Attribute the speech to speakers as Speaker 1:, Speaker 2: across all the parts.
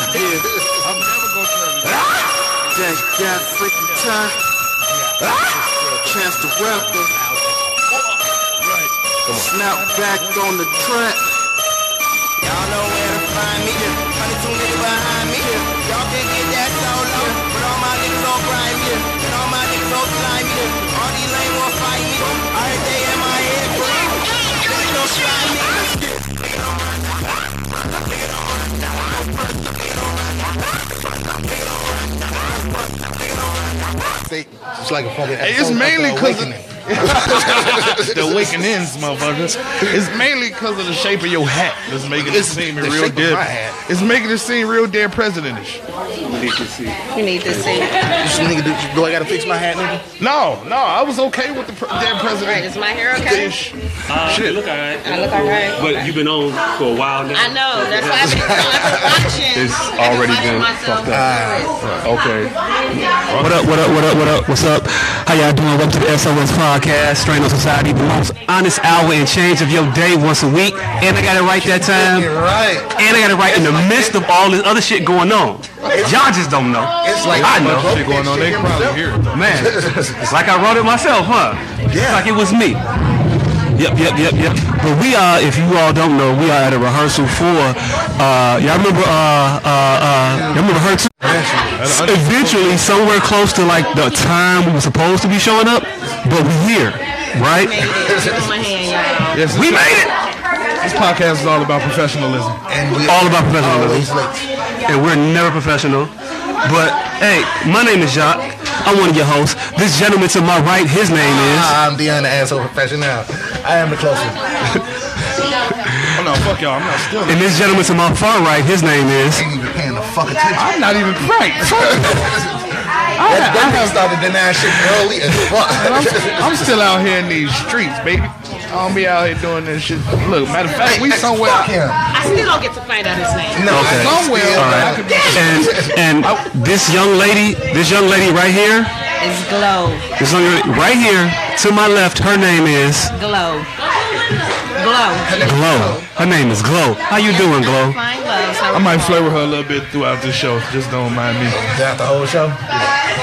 Speaker 1: Yeah.
Speaker 2: I'm never gonna turn it down.
Speaker 1: That guy freaking time. Chance the rapper.
Speaker 2: Right.
Speaker 1: Snout back on the track.
Speaker 3: Y'all know where to find me. Honey, two niggas behind me. Y'all can get that solo. But all my niggas on grind me. And all my niggas on slime me. All these lame won't fight me. I heard they in my head, bro. They don't slime me.
Speaker 4: They, it's like a fucking.
Speaker 2: It's
Speaker 4: episode of
Speaker 2: mainly
Speaker 4: The
Speaker 2: 'cause of-
Speaker 4: Awakening.
Speaker 2: the waking ends, motherfuckers. It's mainly because of the shape of your hat that's making it
Speaker 4: It's
Speaker 2: seem
Speaker 4: the
Speaker 2: real
Speaker 4: shape of
Speaker 2: dead.
Speaker 4: my hat.
Speaker 2: It's making it seem real dead presidentish.
Speaker 5: You need to see.
Speaker 4: This nigga, do, do I gotta fix my hat, nigga?
Speaker 2: No, no, I was okay with the pre- dead
Speaker 5: Right,
Speaker 2: president.
Speaker 5: is my hair okay?
Speaker 2: Ish.
Speaker 6: Uh, you
Speaker 2: Shit.
Speaker 6: look alright.
Speaker 5: I look alright.
Speaker 6: But you've been on for a while now.
Speaker 5: I know. That's why I've been, I've been watching.
Speaker 7: It's
Speaker 5: I've
Speaker 7: already
Speaker 5: watching
Speaker 7: been
Speaker 5: myself
Speaker 7: fucked up.
Speaker 5: do this.
Speaker 7: Okay.
Speaker 8: What up, what up, what up, what up, what's up? How y'all doing? Welcome to the SOS Podcast, Strain on Society, the most honest hour and change of your day once a week. And I got it right that time.
Speaker 4: Right.
Speaker 8: And I got it right in the midst of all this other shit going on. Y'all just don't know.
Speaker 4: It's like
Speaker 8: I know.
Speaker 4: Wrote
Speaker 7: Shit going
Speaker 4: that
Speaker 7: on,
Speaker 4: shit
Speaker 7: they probably
Speaker 4: himself.
Speaker 7: here.
Speaker 8: Man, it's like I wrote it myself, huh? It's
Speaker 4: Yeah.
Speaker 8: like it was me. Yep, yep, yep, yep. But we are, if you all don't know, we are at a rehearsal for, uh, y'all remember, uh, uh, uh, y'all remember Hurts? Eventually, somewhere close to like the time we were supposed to be showing up, but we here, right?
Speaker 5: Hold my hand,
Speaker 2: Yes,
Speaker 8: We made it!
Speaker 2: This podcast is all about professionalism.
Speaker 4: And we
Speaker 8: All about professionalism.
Speaker 4: always late.
Speaker 8: and we're never professional. But hey, my name is Jacques. I'm one of your hosts. This gentleman to my right, his name is.
Speaker 4: Ah, I'm beyond the asshole professional. I am the closest.
Speaker 2: Oh no, fuck y'all. I'm not still.
Speaker 8: And this gentleman to my far right, his name is.
Speaker 4: Ain't even paying the fuck attention.
Speaker 2: I'm not even right.
Speaker 4: That, that nigga started denying shit early as fuck.
Speaker 2: I'm, I'm still out here in these streets, baby. I don't be out here doing this shit. Look, matter of fact, we somewhere.
Speaker 4: Fuck him.
Speaker 5: I still don't get to find out his name.
Speaker 4: No,
Speaker 8: Okay.
Speaker 4: I
Speaker 2: Somewhere.
Speaker 4: still-
Speaker 2: I could be,
Speaker 8: And and this young lady, this young lady right here,
Speaker 5: It's Glow.
Speaker 8: this young lady right here to my left, her name is
Speaker 5: Glow. Glow.
Speaker 8: Glow. Her name is Glow. How you doing, Glow?
Speaker 5: Fine gloves.
Speaker 2: I might flirt with her a little bit throughout the show. Just don't mind me.
Speaker 4: Throughout the whole show.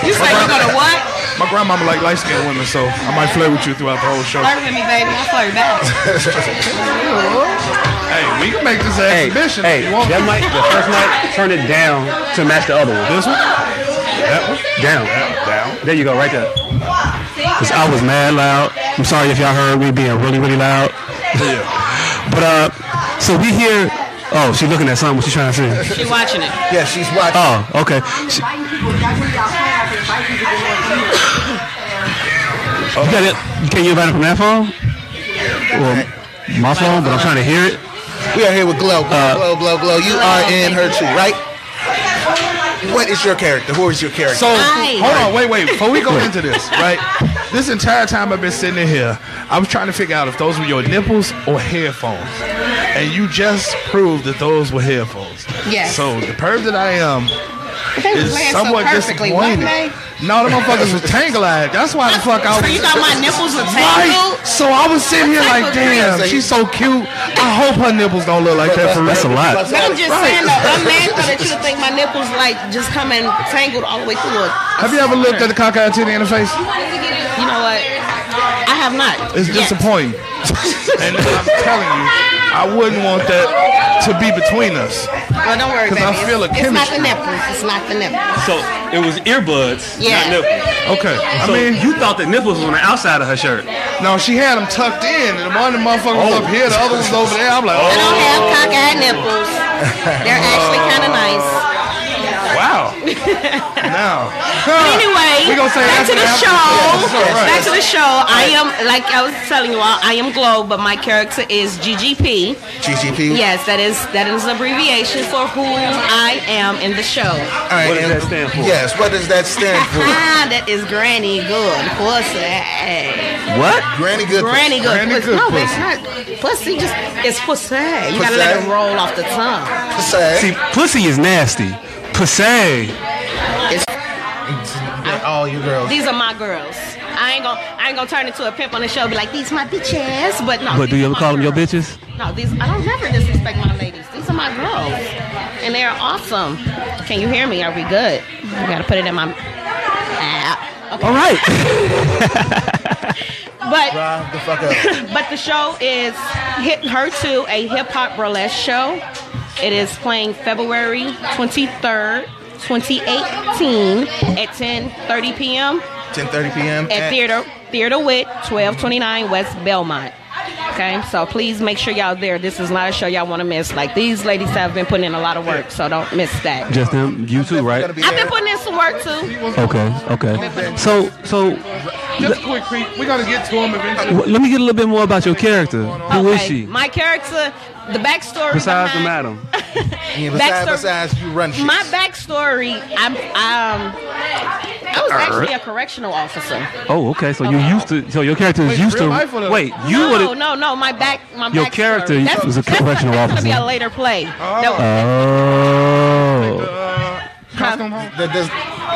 Speaker 5: You say you gonna what?
Speaker 2: My grandmama like light skinned women, so I might flirt with you throughout the whole show.
Speaker 5: Flirt with me, baby. I'll flirt back.
Speaker 2: Hey, we can make this an exhibition if you want.
Speaker 8: that might the first night turn it down to match the other one.
Speaker 2: This one? That one?
Speaker 8: Down.
Speaker 2: Down.
Speaker 8: There you go, right there. Cause I was mad loud. I'm sorry if y'all heard me being really, really loud. but uh, so we here. Oh, she looking at something. What she trying to see?
Speaker 5: She watching it.
Speaker 4: Yeah, she's watching.
Speaker 8: Oh, okay. She, you got it. Can you invite her from that phone? Or my phone? But I'm trying to hear it. Uh,
Speaker 4: We are here with Glow. Glow, glow, glow, glow. You are in her too, right? What is your character? Who is your character?
Speaker 2: So
Speaker 5: Right.
Speaker 2: hold on, wait, wait. Before we go into this, right? This entire time I've been sitting in here, I was trying to figure out if those were your nipples or headphones, and you just proved that those were headphones.
Speaker 5: Yes.
Speaker 2: So the perv that I am
Speaker 5: They was
Speaker 2: is
Speaker 5: laying so
Speaker 2: somewhat
Speaker 5: perfectly,
Speaker 2: disappointed.
Speaker 5: wasn't they?
Speaker 2: No, the motherfuckers was tangled. That's why the fuck I
Speaker 5: So
Speaker 2: was.
Speaker 5: you thought my nipples were
Speaker 2: Right.
Speaker 5: tangled?
Speaker 2: So I was sitting here like,
Speaker 5: What type of
Speaker 2: damn,
Speaker 4: dress?
Speaker 2: she's so cute. I hope her nipples don't look like that for
Speaker 8: That's a
Speaker 2: real.
Speaker 8: lot.
Speaker 5: But I'm just saying though, I'm mad though that you would think my nipples like just coming tangled all the way through it.
Speaker 2: Have you ever looked at the cock out titty in the face?
Speaker 5: You know what? I have not.
Speaker 2: It's
Speaker 5: yet.
Speaker 2: disappointing. and I'm telling you, I wouldn't want that to be between us.
Speaker 5: Well, don't worry,
Speaker 2: 'Cause
Speaker 5: baby.
Speaker 2: I feel a
Speaker 5: it's, it's not
Speaker 2: chemistry.
Speaker 5: the nipples. It's not the nipples.
Speaker 6: So it was earbuds, not
Speaker 5: Yeah.
Speaker 6: nipples.
Speaker 2: Okay. I
Speaker 8: So
Speaker 2: mean,
Speaker 8: you thought the nipples was on the outside of her shirt.
Speaker 2: no, she had them tucked in, and one of the motherfuckers
Speaker 8: Oh.
Speaker 2: was up here, the other was over there. I'm like,
Speaker 5: I
Speaker 2: oh,
Speaker 5: don't have cock eye nipples. They're actually kind
Speaker 2: Uh,
Speaker 5: of nice.
Speaker 2: wow. now,
Speaker 5: Anyway,
Speaker 2: we gonna say
Speaker 5: back
Speaker 2: after
Speaker 5: to the
Speaker 2: after
Speaker 5: show.
Speaker 2: Yeah, sure, right.
Speaker 5: Back to the show. I am, like I was telling you all, I am Glow, but my character is GGP.
Speaker 4: GGP.
Speaker 5: Yes, that is that is an abbreviation for who I am in the show.
Speaker 4: All right,
Speaker 8: What does
Speaker 4: and-
Speaker 8: that stand for?
Speaker 4: Yes, what does that stand for?
Speaker 5: Ah, that is Granny Good Pussy.
Speaker 8: What?
Speaker 4: Granny Good.
Speaker 5: Granny Good
Speaker 2: Granny
Speaker 5: Pussy.
Speaker 2: Good
Speaker 5: no,
Speaker 2: Pussy.
Speaker 5: baby, not pussy. Just it's pussy. You gotta let
Speaker 4: Pussy.
Speaker 5: it roll off the tongue.
Speaker 4: Pussy.
Speaker 8: See, pussy is nasty. Pussy.
Speaker 4: All you girls.
Speaker 5: These are my girls. I ain't gonna I ain't gonna turn into a pimp on the show. and Be like, these my bitches. But no.
Speaker 8: But do
Speaker 5: these
Speaker 8: you
Speaker 5: are
Speaker 8: ever
Speaker 5: my
Speaker 8: call them your
Speaker 5: girls.
Speaker 8: bitches?
Speaker 5: No, these I don't never disrespect my ladies. These are my girls, and they are awesome. Can you hear me? Are we good? You gotta put it in my. Ah, okay.
Speaker 8: All right.
Speaker 5: But
Speaker 4: Drive the fuck up.
Speaker 5: but the show is hit her to a hip hop burlesque show. It is playing February 23rd, 2018 at 10:30 p.m.
Speaker 4: 10:30 p.m.
Speaker 5: at Theater Theater Wit, 1229 West Belmont. Okay, so please make sure y'all there. This is not a show y'all want to miss. Like these ladies have been putting in a lot of work, so don't miss that.
Speaker 8: Just them, you too,
Speaker 4: Gonna
Speaker 8: right?
Speaker 4: be
Speaker 5: I've been
Speaker 4: there.
Speaker 5: putting in some work too.
Speaker 8: Okay, okay. So, so
Speaker 2: Just quick, Pete. We're gonna get to him eventually.
Speaker 8: w- let me get a little bit more about your character. Who is
Speaker 5: Okay,
Speaker 8: she?
Speaker 5: My character, the backstory.
Speaker 8: Besides the
Speaker 5: behind-
Speaker 8: madam,
Speaker 4: Yeah, besides,
Speaker 5: Backstory-
Speaker 4: besides, you run shit.
Speaker 5: My backstory, I'm um, I was actually a correctional officer.
Speaker 8: oh, okay. So you used to. So your character is
Speaker 2: Wait,
Speaker 8: used to.
Speaker 2: real life or the-
Speaker 8: Wait, you
Speaker 5: no,
Speaker 8: would.
Speaker 5: no, no. My back, my
Speaker 8: Your
Speaker 5: backstory.
Speaker 8: character
Speaker 5: That's-
Speaker 8: was a
Speaker 5: that's-
Speaker 8: correctional
Speaker 5: that's gonna be
Speaker 8: officer.
Speaker 5: a later play.
Speaker 2: Oh,
Speaker 5: That-
Speaker 8: Oh,
Speaker 2: Uh, costume home.
Speaker 4: That does,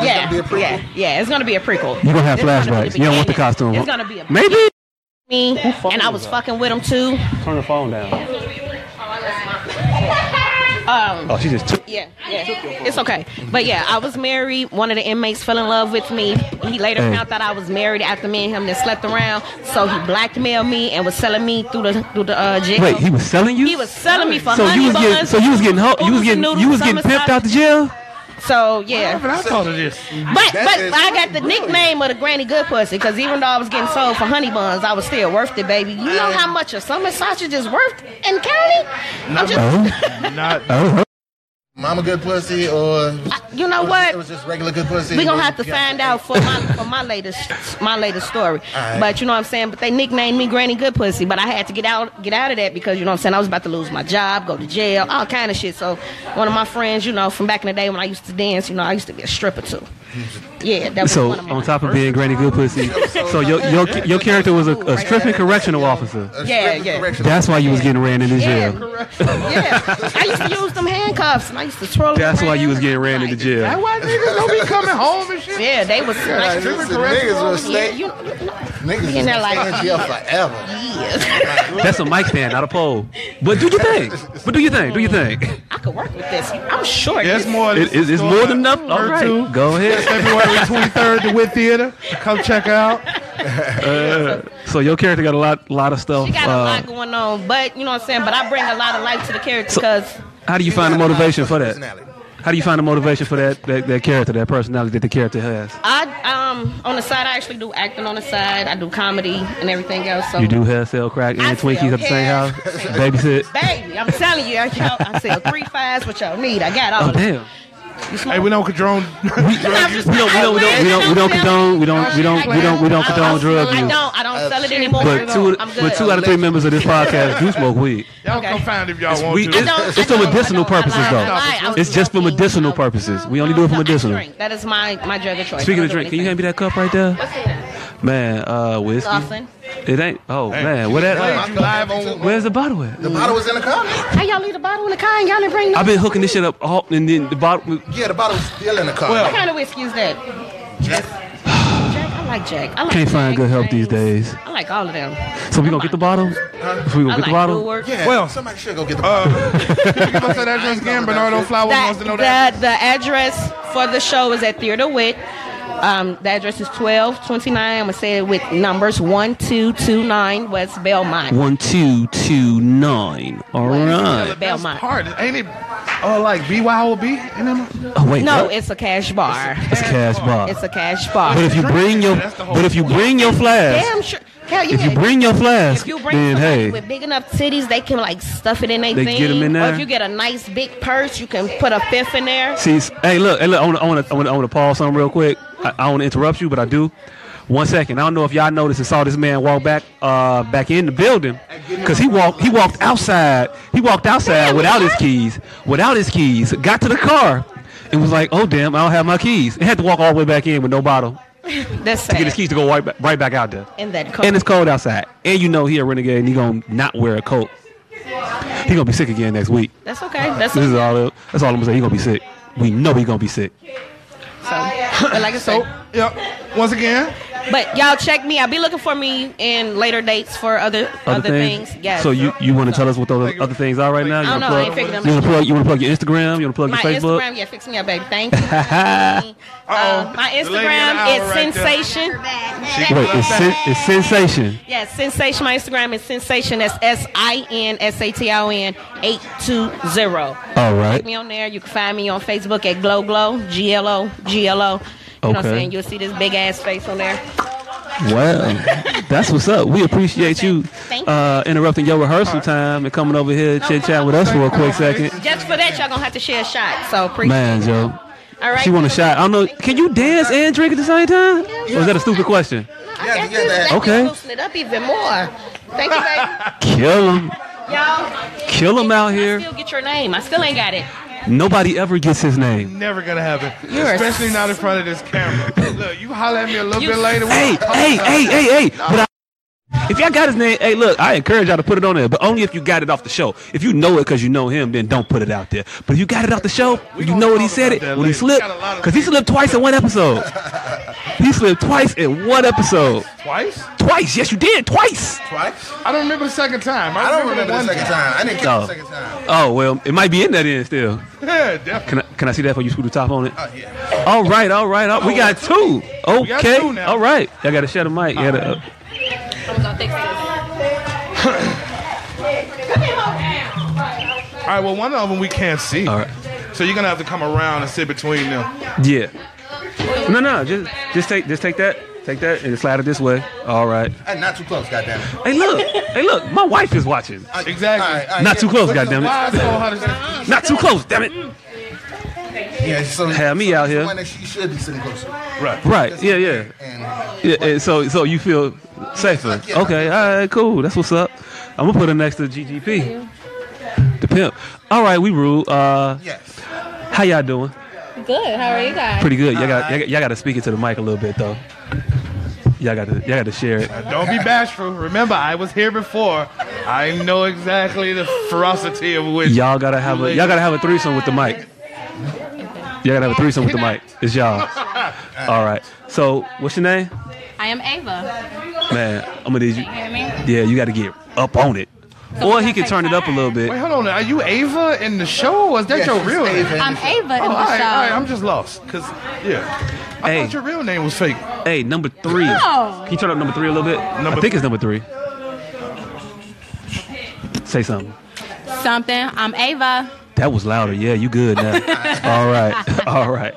Speaker 5: yeah,
Speaker 4: be a prequel?
Speaker 5: yeah, yeah. It's gonna be a prequel.
Speaker 8: you gonna have
Speaker 5: It's gonna be the
Speaker 8: flashbacks. You don't want the
Speaker 5: beginning.
Speaker 8: costume.
Speaker 5: It's gonna be a
Speaker 8: maybe.
Speaker 5: me, and I was fucking with him too.
Speaker 6: Turn the phone down.
Speaker 8: Oh, she just took.
Speaker 5: Um, Yeah, yeah. It's okay. But yeah, I was married. One of the inmates fell in love with me. He later
Speaker 8: Hey.
Speaker 5: found out I was married after me and him then slept around. So he blackmailed me and was selling me through the through the uh, jail.
Speaker 8: Wait, he was selling you.
Speaker 5: He was selling me for
Speaker 8: So
Speaker 5: honey
Speaker 8: you was getting.
Speaker 5: buns,
Speaker 8: So you was getting. Ho- you was
Speaker 5: noodles,
Speaker 8: getting. You
Speaker 5: noodles,
Speaker 8: was getting
Speaker 5: summer
Speaker 8: pimped out the jail.
Speaker 5: sausage. So yeah,
Speaker 2: But I thought of this.
Speaker 5: but
Speaker 4: That
Speaker 5: but
Speaker 4: is
Speaker 5: I got the
Speaker 4: brilliant.
Speaker 5: nickname of the Granny Good Pussy because even though I was getting sold for honey buns, I was still worth it, baby. You know how much a summer sausage is worth in county? I'm just,
Speaker 2: Not
Speaker 8: Oh,
Speaker 4: mama good pussy or
Speaker 5: you know
Speaker 4: it was
Speaker 5: what?
Speaker 4: just regular good pussy.
Speaker 5: We gonna have to
Speaker 4: Yeah.
Speaker 5: find out for my for my latest my latest story.
Speaker 4: Alright.
Speaker 5: But you know what I'm saying. But they nicknamed me Granny Good Pussy. But I had to get out get out of that because you know what I'm saying. I was about to lose my job, go to jail, all kind of shit. So one of my friends, you know, from back in the day when I used to dance, you know, I used to be a stripper too. Yeah, that was
Speaker 8: So
Speaker 5: one of my
Speaker 8: on top of being Granny Good Pussy, so your your your character was a, a stripping correctional officer.
Speaker 4: A
Speaker 5: Yeah,
Speaker 4: strictly
Speaker 5: yeah.
Speaker 4: correctional.
Speaker 8: That's why you was getting ran into
Speaker 5: Yeah,
Speaker 8: jail.
Speaker 5: yeah. I used to use them handcuffs and I used to twirl. them
Speaker 8: That's why you was
Speaker 5: around.
Speaker 8: getting ran into
Speaker 2: That's
Speaker 8: jail.
Speaker 2: why niggas don't be coming home and shit.
Speaker 5: Yeah, they was.
Speaker 4: Like,
Speaker 5: Like,
Speaker 4: listen, niggas will
Speaker 5: yeah,
Speaker 4: stay,
Speaker 5: you, you-
Speaker 4: niggas will
Speaker 5: in there like-
Speaker 4: stay in jail forever.
Speaker 5: yeah.
Speaker 8: That's a mic stand, not a pole. But do your thing. But do your thing. Do your thing.
Speaker 5: I could work with this. I'm sure.
Speaker 2: There's
Speaker 5: this-
Speaker 2: more.
Speaker 8: It- it's, it's more than enough. All
Speaker 2: Her
Speaker 8: right.
Speaker 2: too.
Speaker 8: Go ahead.
Speaker 2: February 23rd, the Wit Theater. Come check her out.
Speaker 8: Uh, So your character got a lot lot of stuff.
Speaker 5: She got a lot
Speaker 8: Uh,
Speaker 5: going on, but you know what I'm saying. But I bring a lot of life to the character because
Speaker 8: how do you find the motivation for that?
Speaker 4: Personality.
Speaker 8: How do you find the motivation for that, that that character, that personality that the character has?
Speaker 5: I um on the side I actually do acting on the side. I do comedy and everything else. So
Speaker 8: You do hair, sell crack,
Speaker 5: I
Speaker 8: and Twinkies
Speaker 5: sell
Speaker 8: at the same
Speaker 5: hair.
Speaker 8: house. Babysit.
Speaker 5: Baby, I'm telling you, I, y'all- I sell three fives what y'all need. I got all.
Speaker 8: Oh
Speaker 5: of it.
Speaker 8: damn.
Speaker 5: You
Speaker 2: Hey,
Speaker 5: smoke?
Speaker 2: we don't condone.
Speaker 5: I'm just-
Speaker 8: We don't, we don't, we don't, we don't, we don't condone, we don't, we don't, we don't, we don't condone drug
Speaker 5: I
Speaker 8: use.
Speaker 5: don't. I don't sell it anymore.
Speaker 8: But two,
Speaker 5: I'm good.
Speaker 8: but two out of three members of this podcast do smoke weed.
Speaker 2: Y'all
Speaker 5: Okay.
Speaker 2: come find if y'all want
Speaker 8: we-
Speaker 2: to.
Speaker 5: I don't-
Speaker 8: It's
Speaker 5: I
Speaker 8: for
Speaker 5: don't- I
Speaker 8: medicinal
Speaker 5: don't- I
Speaker 8: purposes,
Speaker 5: lied,
Speaker 8: though.
Speaker 5: I lied. I was
Speaker 8: It's just for
Speaker 5: smoking.
Speaker 8: medicinal
Speaker 5: I was-
Speaker 8: purposes. We only do it for
Speaker 5: I
Speaker 8: medicinal.
Speaker 5: drink. That is my my drug of choice.
Speaker 8: Speaking
Speaker 5: I
Speaker 8: of
Speaker 5: don't
Speaker 8: drink,
Speaker 5: do
Speaker 8: can you hand me that uh? cup right there?
Speaker 5: anything.
Speaker 8: Man, uh, whiskey.
Speaker 5: Lawson.
Speaker 8: It ain't. Oh man, where that?
Speaker 2: Hey,
Speaker 8: Uh,
Speaker 2: you live on.
Speaker 8: where's the bottle at?
Speaker 4: The bottle was in the car.
Speaker 5: How y'all leave the bottle in the car and y'all didn't bring no?
Speaker 8: I've been hooking this shit up, all, and then the bottle.
Speaker 4: Yeah, the bottle was still in the car.
Speaker 5: What
Speaker 2: Well-
Speaker 5: kind of whiskey is that? Jack. I like Jack. I like
Speaker 8: Can't find
Speaker 5: Jack
Speaker 8: good help these
Speaker 5: Daniels.
Speaker 8: days.
Speaker 5: I like all of them.
Speaker 8: So we gonna get the bottle? So we
Speaker 5: I
Speaker 8: gonna
Speaker 5: like
Speaker 8: get the bottle?
Speaker 5: Newark.
Speaker 4: yeah,
Speaker 2: well,
Speaker 4: somebody should go get the
Speaker 2: Uh,
Speaker 4: bottle.
Speaker 2: you gonna say that just again? Bernardo Flowers
Speaker 5: That,
Speaker 2: wants to know that.
Speaker 5: the, the address for the show is at Theater Wit. Um, the address is 1229. I'm going to say it with numbers 1229 West Belmont.
Speaker 8: One, two, two, nine. All right.
Speaker 2: That's
Speaker 5: Belmont.
Speaker 2: hard. Ain't it? Oh, like BYOB in them?
Speaker 8: Oh wait,
Speaker 5: No,
Speaker 8: what?
Speaker 5: it's a cash bar.
Speaker 8: it's cash bar.
Speaker 5: It's a cash bar.
Speaker 8: But if you bring your,
Speaker 2: That's the whole
Speaker 8: but if you bring your flask,
Speaker 5: Damn sure. Hell, yeah.
Speaker 8: if you bring your flask,
Speaker 5: If you bring
Speaker 8: then
Speaker 5: somebody
Speaker 8: hey,
Speaker 5: with big enough titties, they can like stuff it in their
Speaker 8: They
Speaker 5: thing.
Speaker 8: get 'em in
Speaker 5: Or
Speaker 8: there?
Speaker 5: if you get a nice big purse, you can put a fifth in there.
Speaker 8: see, s- hey, look, hey, look, I want to, I want to, I want to, I want to pause something real quick. I, I want to interrupt you, but I do. One second. I don't know if y'all noticed and saw this man walk back, uh, back in the building, cause he walked, he walked outside, he walked outside without his keys, without his keys, got to the car, and was like, oh damn, I don't have my keys. And had to walk all the way back in with no bottle
Speaker 5: That's
Speaker 8: to get his
Speaker 5: sad.
Speaker 8: keys to go right, back, right back out there.
Speaker 5: And that
Speaker 8: And
Speaker 5: coat.
Speaker 8: it's cold outside. And you know he a renegade and he gonna not wear a coat. He gonna be sick again next week.
Speaker 5: That's okay. That's
Speaker 8: This is all that's all I'm gonna say. He gonna be sick. We know he gonna be sick.
Speaker 5: So, but like I said,
Speaker 2: Yep. Once again,
Speaker 5: But y'all check me. I'll be looking for me in later dates for other other, things. Yes.
Speaker 8: So you, you want to tell us what those other things are right now? You
Speaker 5: I
Speaker 8: wanna
Speaker 5: don't know, I
Speaker 8: plug-
Speaker 5: ain't figured them
Speaker 8: You want to plug? You want to plug your Instagram? You want to plug
Speaker 5: my
Speaker 8: your Facebook?
Speaker 5: Instagram, yeah, fix me up, baby. Thank you. Uh, my
Speaker 2: The lady of the
Speaker 5: Instagram
Speaker 2: hour
Speaker 5: is
Speaker 2: right there.
Speaker 5: sensation.
Speaker 8: Wait, it's, sen- it's sensation.
Speaker 5: Yes, sensation. My Instagram is sensation. That's S I N S A T O N eight two zero.
Speaker 8: All right.
Speaker 5: Check me on there. You can find me on Facebook at Glow Glow G L O G L O. You know what
Speaker 8: Okay.
Speaker 5: I'm saying? You'll see this big ass face on there.
Speaker 8: Wow, that's what's up. We appreciate you
Speaker 5: Thank you.
Speaker 8: uh, interrupting your rehearsal time and coming over here chit chat with us for a quick second.
Speaker 5: Just for that, y'all gonna have to share a shot. So appreciate
Speaker 8: Man,
Speaker 5: it.
Speaker 8: Joe,
Speaker 5: All right.
Speaker 8: she want a shot. I don't know. Can you dance and drink at the same time? Or is that a stupid question?
Speaker 4: Yeah,
Speaker 5: That's
Speaker 4: you got that.
Speaker 5: just- that's just
Speaker 8: Okay.
Speaker 5: loosening it up even more. Thank you, baby.
Speaker 8: Kill him,
Speaker 5: Y'all.
Speaker 8: kill him out
Speaker 5: I
Speaker 8: here.
Speaker 5: still get your name. I still ain't got it.
Speaker 8: Nobody ever gets his name.
Speaker 2: Never gonna happen.
Speaker 5: You're a
Speaker 2: Especially not in front of this camera. Look, you holler at me a little
Speaker 5: You-
Speaker 2: bit later. we
Speaker 8: Hey,
Speaker 2: gonna talk
Speaker 8: hey,
Speaker 2: about
Speaker 8: hey,
Speaker 2: it.
Speaker 8: hey, hey. But I, if y'all got his name, hey, look, I encourage y'all to put it on there, but only if you got it off the show. If you know it because you know him, then don't put it out there. But if you got it off the show,
Speaker 2: We
Speaker 8: you
Speaker 2: gonna
Speaker 8: know what he
Speaker 2: talk
Speaker 8: said it
Speaker 2: about that
Speaker 8: when he
Speaker 2: later.
Speaker 8: slipped,
Speaker 2: We got a lot of
Speaker 8: because he
Speaker 2: things.
Speaker 8: slipped twice in one episode. he slipped twice in one episode.
Speaker 2: Twice?
Speaker 8: Twice, yes, you did, twice.
Speaker 4: Twice?
Speaker 2: I don't remember the second time. I,
Speaker 4: I don't remember the
Speaker 2: one
Speaker 4: second time. I didn't catch
Speaker 8: No.
Speaker 4: the second time.
Speaker 8: Oh well, it might be in that end still.
Speaker 2: Yeah, definitely.
Speaker 8: Can I can I see that for you? Screw the top on it.
Speaker 4: Oh, yeah. Oh,
Speaker 8: All right, all right, all, we got two.
Speaker 2: got
Speaker 8: Okay,
Speaker 2: two now.
Speaker 8: all right. Y'all got to shut the mic. You gotta, uh,
Speaker 2: All right, well, one of them we can't see.
Speaker 8: All right.
Speaker 2: So you're gonna have to come around and sit between them.
Speaker 8: Yeah. No, no, just just take just take that, take that, and slide it this way. All right.
Speaker 4: Hey, Not too close, goddamn it.
Speaker 8: Hey, look, hey, look, my wife is watching.
Speaker 4: Uh,
Speaker 2: Exactly.
Speaker 8: Not too close, goddammit.
Speaker 2: Why is it so hard to-
Speaker 8: Not too close, damn it.
Speaker 4: Yeah, so
Speaker 8: Have me out here.
Speaker 4: One that she should be sitting closer.
Speaker 8: Right? Yeah, yeah.
Speaker 4: And
Speaker 8: yeah and so so you feel safer. Okay. All right. Cool. That's what's up. I'm gonna put her next to GGP, the pimp. All right, we rule. Uh,
Speaker 4: yes,
Speaker 8: how y'all doing?
Speaker 5: Good. How are you guys?
Speaker 8: Pretty good. Y'all got y'all, got- y'all got to speak into the mic a little bit though. Y'all got to y'all got to share it.
Speaker 2: Don't be bashful. Remember, I was here before. I know exactly the ferocity of which.
Speaker 8: Y'all gotta have a y'all gotta have a threesome with the mic. Y'all gotta have a threesome with the mic. It's y'all. All right. So what's your name?
Speaker 7: I am Ava.
Speaker 8: Man, I'm gonna need you.
Speaker 7: Hear me?
Speaker 8: Yeah, you gotta get up on it. Or he can turn it up a little
Speaker 2: Wait,
Speaker 8: bit.
Speaker 2: hold on. Are you Ava in the show, or is that
Speaker 4: Yes,
Speaker 2: your
Speaker 4: she's
Speaker 2: real name?
Speaker 4: Ava.
Speaker 7: I'm Ava in
Speaker 2: Oh, all
Speaker 7: the
Speaker 2: right,
Speaker 7: show.
Speaker 2: all right, I'm just lost. Cause yeah, I
Speaker 8: Hey.
Speaker 2: thought your real name was fake.
Speaker 8: Hey, number three.
Speaker 7: No.
Speaker 8: Can you turn up number three a little bit? I
Speaker 2: Number-
Speaker 8: think it's number three. Say something.
Speaker 7: Something. I'm Ava.
Speaker 8: That was louder. Yeah, you good now. All right. All right.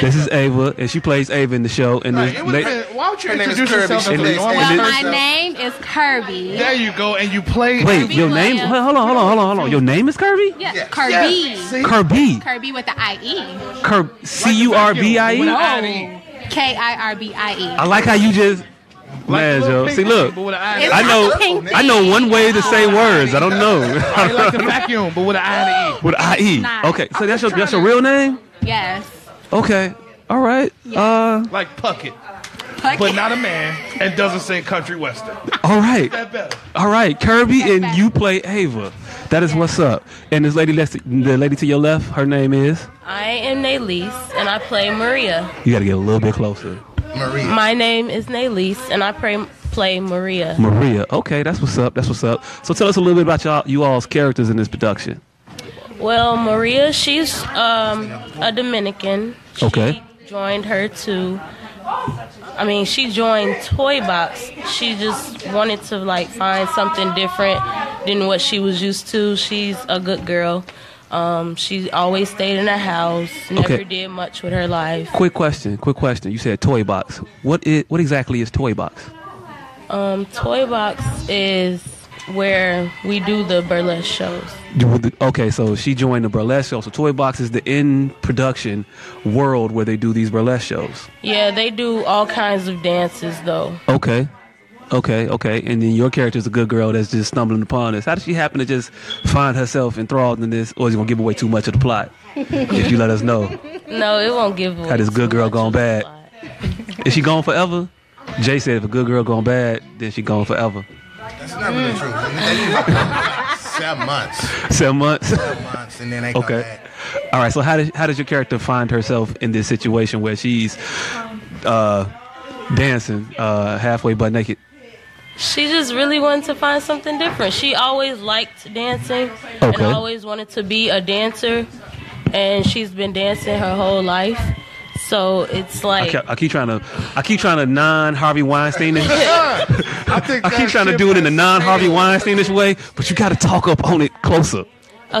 Speaker 8: This is Ava, and she plays Ava in the show. And
Speaker 2: Like, it
Speaker 8: the,
Speaker 2: would've
Speaker 8: they,
Speaker 2: been- why don't you
Speaker 4: Her name is
Speaker 2: introduce
Speaker 4: Kirby.
Speaker 2: yourself as
Speaker 4: She
Speaker 2: a
Speaker 4: plays
Speaker 2: normal
Speaker 7: Well,
Speaker 8: And
Speaker 7: my
Speaker 2: person?
Speaker 7: name is Kirby.
Speaker 2: There you go, and you play.
Speaker 8: wait, your name? Hold on, hold on, hold on, hold on. Your name is Kirby?
Speaker 7: Yes,
Speaker 4: Yes.
Speaker 7: Kirby.
Speaker 2: See?
Speaker 8: Kirby.
Speaker 7: Kirby with the E. I-E.
Speaker 8: Cur- C U R B I
Speaker 2: When
Speaker 8: E.
Speaker 2: I-
Speaker 7: K-I-R-B-I-E.
Speaker 8: I like how you just.
Speaker 2: like
Speaker 8: Man,
Speaker 2: the little
Speaker 8: Joe.
Speaker 2: pink
Speaker 8: See,
Speaker 2: people,
Speaker 8: look.
Speaker 2: but with an eye
Speaker 7: It's
Speaker 2: to
Speaker 8: I know.
Speaker 7: not pink
Speaker 8: I know
Speaker 7: tea.
Speaker 8: one way to say words. I don't know.
Speaker 2: E. They like the vacuum, but with an eye to E.
Speaker 8: With I E.
Speaker 7: Nah.
Speaker 8: Okay, so
Speaker 7: I'm
Speaker 8: that's your
Speaker 7: just
Speaker 8: that's your
Speaker 7: tryna-
Speaker 8: real name.
Speaker 7: Yes.
Speaker 8: Okay. All right. Uh.
Speaker 2: Like Puckett,
Speaker 7: Puck-
Speaker 2: but not a man, and doesn't sing country western.
Speaker 8: All right.
Speaker 2: That better.
Speaker 8: All right. Kirby and
Speaker 7: better.
Speaker 8: you play Ava. That is what's up. And this lady, left, the lady to your left, her name is.
Speaker 9: I am Naylise and I play Maria.
Speaker 8: You got to get a little bit closer.
Speaker 4: Maria.
Speaker 9: My name is Naylise and I play, play Maria.
Speaker 8: Maria. Okay, that's what's up. That's what's up. So tell us a little bit about y'all, you all's characters in this production.
Speaker 9: Well, Maria, she's um, a Dominican. She
Speaker 8: Okay.
Speaker 9: joined her to, I mean, she joined Toy Box. She just wanted to like find something different than what she was used to. She's a good girl. Um, she always stayed in the house. Never
Speaker 8: Okay.
Speaker 9: did much with her life.
Speaker 8: Quick question. Quick question. You said toy box. What is? What exactly is toy box?
Speaker 9: Um, Toy Box is where we do the burlesque shows.
Speaker 8: You would- Okay, so she joined the burlesque show. So toy box is the in production world where they do these burlesque shows.
Speaker 9: Yeah, they do all kinds of dances though.
Speaker 8: Okay. Okay, okay. And then your character is a good girl that's just stumbling upon this. How did she happen to just find herself enthralled in this? Or is it going to give away too much of the plot? if you let us know.
Speaker 9: No, it won't give away.
Speaker 8: How this good
Speaker 9: too
Speaker 8: girl
Speaker 9: much
Speaker 8: gone
Speaker 9: of the
Speaker 8: bad?
Speaker 9: plot.
Speaker 8: Is she gone forever? Jay said if a good girl gone bad, then she gone forever.
Speaker 4: That's not really true. They- Seven months.
Speaker 8: Seven months.
Speaker 4: Seven months, and then they
Speaker 8: Okay. All right. So how does how does your character find herself in this situation where she's uh, dancing uh, halfway butt naked?
Speaker 9: She just really wanted to find something different. She always liked dancing and
Speaker 8: Okay.
Speaker 9: always wanted to be a dancer, and she's been dancing her whole life. So it's
Speaker 8: I
Speaker 9: like
Speaker 8: keep, I keep trying to, I keep trying to non Harvey Weinstein.
Speaker 2: I think
Speaker 8: I keep
Speaker 2: that
Speaker 8: trying to
Speaker 2: shit
Speaker 8: do it in a
Speaker 2: was
Speaker 8: non Harvey
Speaker 2: stale.
Speaker 8: Weinsteinish way, but you got to talk up on it closer. There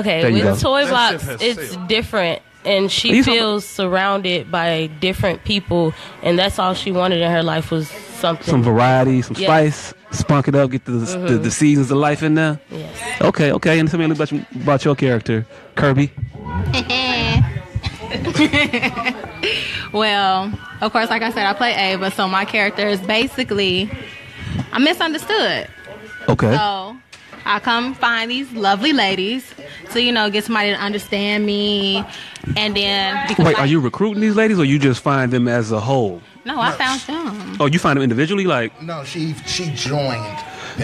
Speaker 9: okay, with
Speaker 8: you go.
Speaker 9: Toy
Speaker 2: That
Speaker 9: Box,
Speaker 2: shit has
Speaker 9: it's
Speaker 2: sealed.
Speaker 9: different, and she
Speaker 8: Are you talking-
Speaker 9: feels surrounded by different people, and that's all she wanted in her life was something.
Speaker 8: Some variety, some
Speaker 9: Yeah. Mm-hmm.
Speaker 8: spice, spunk it up, get the, the the seasons of life in there.
Speaker 9: yes.
Speaker 8: Okay, okay. And tell me a little bit about, about your character, Kirby.
Speaker 7: well, of course, like I said, I play Ava, so my character is basically I'm misunderstood.
Speaker 8: Okay.
Speaker 7: So I come find these lovely ladies to you know get somebody to understand me, and then because
Speaker 8: Wait,
Speaker 7: I-
Speaker 8: are you recruiting these ladies, or you just find them as a whole?
Speaker 7: No, I found them.
Speaker 8: Oh, you find them individually, like
Speaker 4: No, she she joined.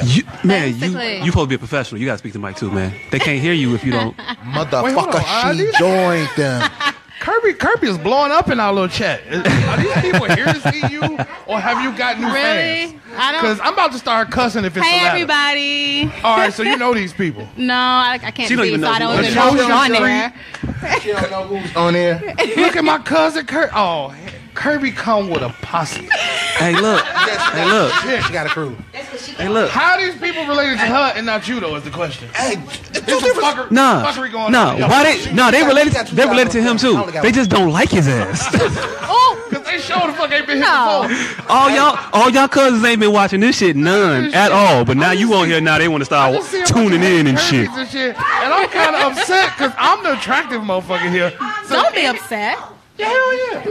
Speaker 8: you, man. You
Speaker 7: Basically.
Speaker 8: you supposed to be a professional. You gotta speak to Mike too, man. They can't hear you if you don't.
Speaker 4: Motherfucker,
Speaker 2: on,
Speaker 4: she
Speaker 2: Ozzy?
Speaker 4: joined them.
Speaker 2: Kirby Kirby is blowing up in our little chat. Is- Are these people here to see you, or have you got new
Speaker 7: Really?
Speaker 2: fans?
Speaker 7: I
Speaker 2: Because
Speaker 7: don't.
Speaker 2: I'm about to start cussing if it's the
Speaker 7: Hey,
Speaker 2: latter.
Speaker 7: everybody.
Speaker 2: All right, so you know these people.
Speaker 7: No, I, I can't
Speaker 8: She don't
Speaker 7: see,
Speaker 8: even
Speaker 7: so
Speaker 8: know
Speaker 7: I don't
Speaker 8: who
Speaker 7: even
Speaker 2: it
Speaker 7: know
Speaker 2: is.
Speaker 7: who's on
Speaker 2: Social
Speaker 7: there.
Speaker 4: She don't know who's on there.
Speaker 2: Look at my cousin Kirby. Oh, Kirby come with a posse.
Speaker 8: hey, look. hey, look.
Speaker 4: She got a crew.
Speaker 8: Hey, look.
Speaker 2: How are these people related to her and not you though? Is the question.
Speaker 4: Hey,
Speaker 2: There's some fucker,
Speaker 8: Nah,
Speaker 2: fuckery going
Speaker 8: nah.
Speaker 2: on. Yo,
Speaker 8: Why they? Nah, they
Speaker 4: got-
Speaker 8: related.
Speaker 4: she got two
Speaker 8: They related to him
Speaker 4: thousand
Speaker 8: too.
Speaker 4: dollars.
Speaker 8: They just don't like his ass.
Speaker 2: Cause they sure the fuck ain't been here
Speaker 7: Oh. No.
Speaker 2: before.
Speaker 8: all y'all, all y'all cousins ain't been watching this shit none at all. But now you on here now, they want to
Speaker 2: I
Speaker 8: start
Speaker 2: just see a bunch
Speaker 8: tuning
Speaker 2: of
Speaker 8: in and
Speaker 2: Kirby's
Speaker 8: shit.
Speaker 2: and shit. And I'm kind of upset because I'm the attractive motherfucker here. So
Speaker 7: Don't be upset.
Speaker 2: Yeah, hell yeah.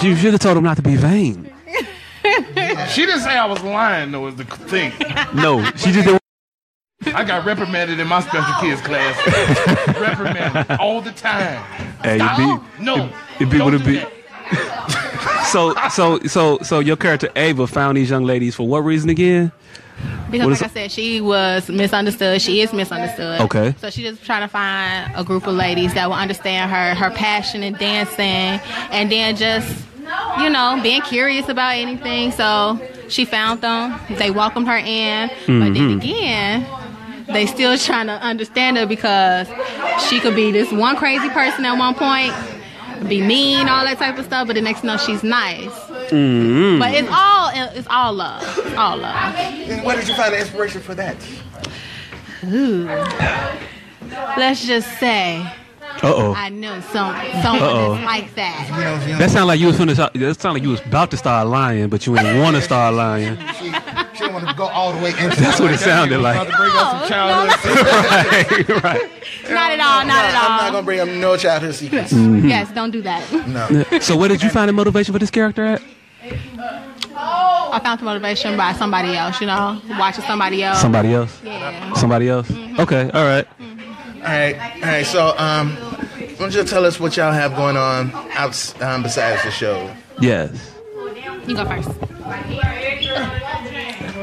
Speaker 7: No.
Speaker 8: You should have told him not to be vain.
Speaker 2: She didn't say I was lying, though, is the thing.
Speaker 8: No, she just. didn't-
Speaker 2: I got reprimanded in my special kids class. reprimanded all the time.
Speaker 8: Hey, it
Speaker 2: Stop.
Speaker 8: be-
Speaker 2: no.
Speaker 8: it be
Speaker 2: don't
Speaker 8: what it
Speaker 2: do
Speaker 8: be.
Speaker 2: that.
Speaker 8: So, so, so, so your character Ava found these young ladies for what reason again?
Speaker 7: Because,
Speaker 8: What is-
Speaker 7: like I said, she was misunderstood. She is misunderstood.
Speaker 8: Okay.
Speaker 7: So she just trying to find a group of ladies that will understand her, her passion in dancing, and then just, you know, being curious about anything. So she found them. They welcomed her in.
Speaker 8: Mm-hmm.
Speaker 7: But
Speaker 8: Hmm.
Speaker 7: then again, they still trying to understand her because she could be this one crazy person at one point. Be mean, all that type of stuff, but the next no, she's nice.
Speaker 8: Hmm. Mm-hmm.
Speaker 7: But it's all it's all love, It's all love.
Speaker 4: And where did you find the inspiration for that?
Speaker 7: Ooh. Let's just say
Speaker 8: Uh oh.
Speaker 7: I know some someone that's like that.
Speaker 8: That sound like you was finna. talk- That sound like you was about to start lying, but you ain't want to start lying.
Speaker 4: She, she want to go all the way into
Speaker 8: That's what it sounded
Speaker 2: About
Speaker 8: like.
Speaker 2: to bring up some childhood.
Speaker 8: right, right.
Speaker 7: Not at all, not
Speaker 4: I'm not
Speaker 7: at all.
Speaker 4: gonna bring up no childhood secrets.
Speaker 8: Mm-hmm.
Speaker 7: Yes, don't do that.
Speaker 4: No.
Speaker 8: So where did you find the motivation for this character at?
Speaker 7: I found the motivation by somebody else, you know, watching somebody else.
Speaker 8: Somebody else.
Speaker 7: Um, Yeah.
Speaker 8: Somebody else. Okay. All right.
Speaker 4: All right, all right. So, um, why don't you tell us what y'all have going on outs um, besides the show?
Speaker 8: Yes.
Speaker 7: You go first.
Speaker 9: don't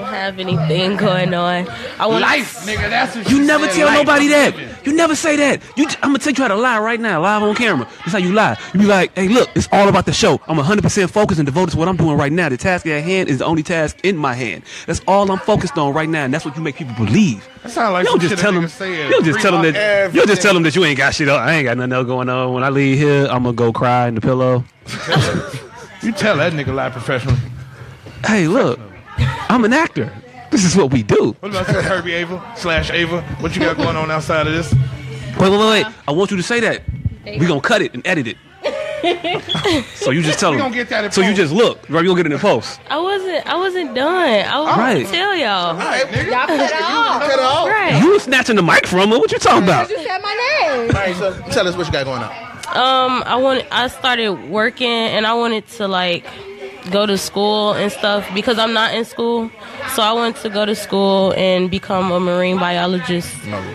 Speaker 9: have anything going on. I want
Speaker 2: Life, nigga. That's what
Speaker 8: You
Speaker 2: she
Speaker 8: never
Speaker 2: said,
Speaker 8: tell
Speaker 2: life.
Speaker 8: nobody that. You never say that. You, I'm gonna take you how to lie right now, live on camera. That's how you lie. You be like, hey, look, it's all about the show. I'm 100% focused and devoted to what I'm doing right now. The task at hand is the only task in my hand. That's all I'm focused on right now, and that's what you make people believe.
Speaker 2: That sound like
Speaker 8: you
Speaker 2: some
Speaker 8: don't just
Speaker 2: shit a
Speaker 8: tell
Speaker 2: nigga
Speaker 8: them.
Speaker 2: said.
Speaker 8: You don't just
Speaker 2: Free
Speaker 8: tell them
Speaker 2: my
Speaker 8: that. You just tell them that you ain't got shit. Up. I ain't got nothing else going on. When I leave here, I'm gonna go cry in the pillow.
Speaker 2: You tell that nigga lie professionally.
Speaker 8: Hey, look, I'm an actor. This is what we do.
Speaker 2: What about you, Kirby Ava slash Ava? What you got going on outside of this?
Speaker 8: Wait, wait, wait, wait.
Speaker 9: Uh-huh.
Speaker 8: I want you to say that. We gonna cut it and edit it. so you just tell them.
Speaker 2: gonna get that in
Speaker 8: so you
Speaker 2: post.
Speaker 8: just look. Right, you gonna get it in post.
Speaker 9: I wasn't. I wasn't done. I was
Speaker 8: Right.
Speaker 9: right. to tell y'all.
Speaker 4: All right, nigga. Y'all
Speaker 7: cut it off.
Speaker 4: Cut it off. All
Speaker 9: Right.
Speaker 8: You was snatching the mic from her. What you talking about?
Speaker 7: You said my name.
Speaker 4: right. So, tell us what you got going on.
Speaker 9: Um. I want. I started working, and I wanted to like go to school and stuff because I'm not in school. So I wanted to go to school and become a marine biologist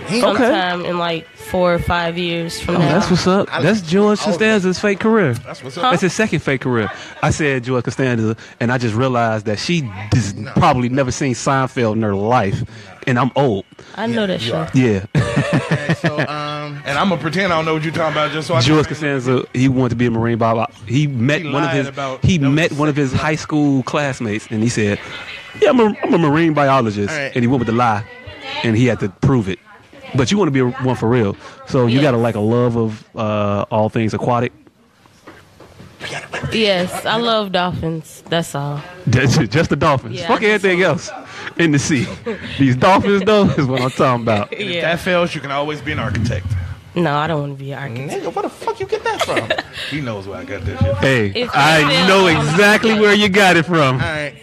Speaker 9: sometime in like four or five years from
Speaker 8: Oh,
Speaker 9: now.
Speaker 8: that's what's up. That's George
Speaker 4: Oh,
Speaker 8: Costanza's fake career. That's
Speaker 4: what's
Speaker 8: up. That's his second fake career. I said George Costanza, and I just realized that she dis- probably never seen Seinfeld in her life. black and I'm old.
Speaker 9: I know that
Speaker 8: show.
Speaker 9: show.
Speaker 8: Yeah.
Speaker 4: So, um,
Speaker 2: And I'm gonna pretend I don't know what you're talking about just so I can.
Speaker 8: Jules Costanza, he wanted to be a Marine Bob. He met
Speaker 2: He
Speaker 8: one of
Speaker 2: lied
Speaker 8: his
Speaker 2: about-
Speaker 8: he
Speaker 2: that was
Speaker 8: met one of his high school classmates, and he said, "Yeah, I'm a, I'm a Marine biologist,"
Speaker 4: All right.
Speaker 8: and he went with the lie, and he had to prove it. But you want to be a, one for real, so you gotta like a love of uh, all things aquatic.
Speaker 9: Yes, I love dolphins. That's all.
Speaker 8: That's it, just the dolphins.
Speaker 9: Yeah, I
Speaker 8: Fuck
Speaker 9: think
Speaker 8: everything else in the sea. These dolphins, though, is what I'm talking about.
Speaker 2: If
Speaker 9: Yeah.
Speaker 2: that fails, you can always be an architect.
Speaker 9: No, I don't want to be an architect.
Speaker 4: nigga, where the fuck you get that from? All
Speaker 2: He knows where I got that shit.
Speaker 8: Hey,
Speaker 9: If
Speaker 8: I
Speaker 9: you
Speaker 8: know
Speaker 9: feel-
Speaker 8: exactly where you got it from.
Speaker 4: right.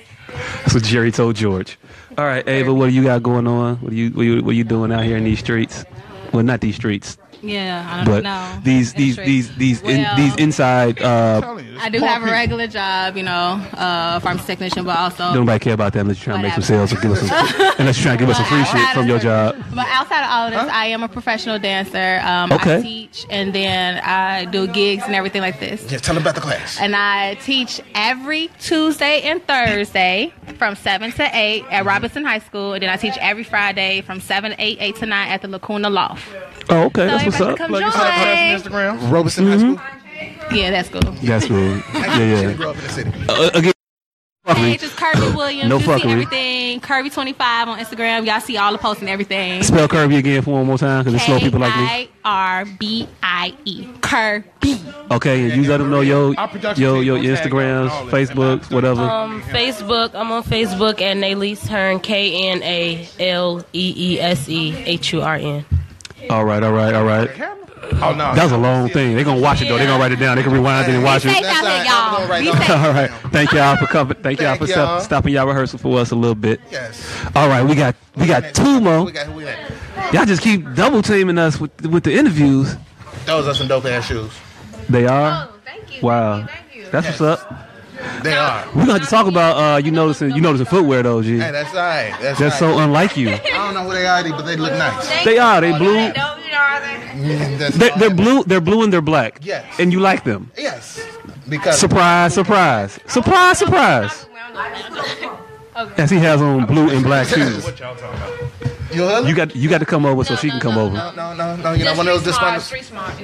Speaker 8: That's what Jerry told George. All right, Ava, what do you got going on? What are you what you, what you doing out here in these streets? Well, not these streets,
Speaker 7: Yeah, I
Speaker 8: but
Speaker 7: don't know.
Speaker 8: these these
Speaker 7: That's
Speaker 8: these these in,
Speaker 7: Well-
Speaker 8: these inside. Uh,
Speaker 7: right. I do have a regular job, you know, uh, pharmacy technician, but also
Speaker 8: don't nobody care about that unless you're trying to make some
Speaker 7: Whatever.
Speaker 8: sales or give us some, unless you're trying to give us some free shit from your job.
Speaker 7: But outside of all of this, I am a professional dancer. Um,
Speaker 8: Okay.
Speaker 7: I teach and then I do gigs and everything like this.
Speaker 4: Yeah, tell them about the class.
Speaker 7: And I teach every Tuesday and Thursday from 7 to 8 at Robinson High School. And then I teach every Friday from 7 to 8, 8 to 9 at the Lacuna Loft.
Speaker 8: Oh, okay, that's what's
Speaker 7: everybody
Speaker 8: up. Mm-hmm.
Speaker 7: come
Speaker 2: Plug yourself up
Speaker 7: join.
Speaker 2: Instagram.
Speaker 4: Robeson High School.
Speaker 7: Yeah, that's cool.
Speaker 8: That's cool. Yeah,
Speaker 4: She
Speaker 8: yeah.
Speaker 4: grew up in the city.
Speaker 8: Uh, again, fuck me.
Speaker 7: Page is Kirby Williams.
Speaker 8: No
Speaker 7: you
Speaker 8: fuckery.
Speaker 7: see everything. Kirby25 on Instagram. Y'all see all the posts and everything.
Speaker 8: Spell Kirby again for one more time because it's slow people like me.
Speaker 7: K-I-R-B-I-E. E. Kirby.
Speaker 8: Okay, and you let them know yo
Speaker 2: Our production
Speaker 8: yo
Speaker 2: team
Speaker 8: yo
Speaker 2: will
Speaker 8: your
Speaker 2: tag
Speaker 8: Instagrams,
Speaker 2: all that.
Speaker 8: Facebooks, whatever.
Speaker 4: Uh,
Speaker 9: Um, Facebook. I'm on Facebook at Naelise Hearn. K N A L E E S E H U R N.
Speaker 8: all right, all right, all right.
Speaker 2: Oh no,
Speaker 8: That was a long thing. They're gonna watch it though. They're gonna write it down. They can rewind it and watch
Speaker 7: Be
Speaker 8: it.
Speaker 7: safe out
Speaker 4: all
Speaker 7: here,
Speaker 4: right. I'm
Speaker 7: y'all.
Speaker 4: gonna write
Speaker 7: Be
Speaker 4: it down.
Speaker 7: safe.
Speaker 8: All right. Thank y'all for coming. Thank y'all
Speaker 4: Thank
Speaker 8: for stop,
Speaker 4: y'all.
Speaker 8: stopping y'all rehearsal for us a little bit.
Speaker 4: Yes.
Speaker 8: All right, we got we got two more.
Speaker 4: We got who we got.
Speaker 8: Y'all just keep double teaming us with with the interviews.
Speaker 4: Those are some dope ass shoes.
Speaker 8: They are.
Speaker 7: Oh, thank you.
Speaker 8: Wow. That's what's up.
Speaker 4: They are.
Speaker 8: We're gonna have to talk about uh you noticing you noticing footwear though, G.
Speaker 4: Hey, that's all right. That's,
Speaker 8: That's
Speaker 4: all
Speaker 8: so unlike you.
Speaker 4: right. I don't know who they are, but they look nice.
Speaker 8: They are. They blue.
Speaker 4: Mm, that's
Speaker 8: They're,
Speaker 4: all.
Speaker 8: they're blue. They're blue and they're black.
Speaker 4: Yes.
Speaker 8: And you like them.
Speaker 4: Yes. Because
Speaker 8: Surprise! Surprise! Surprise! Surprise! As he has on blue and black shoes.
Speaker 2: What y'all talking about?
Speaker 4: you heard?
Speaker 8: You got you got to come over so she can come over.
Speaker 4: no, no, no. You know, one of those disgruntled.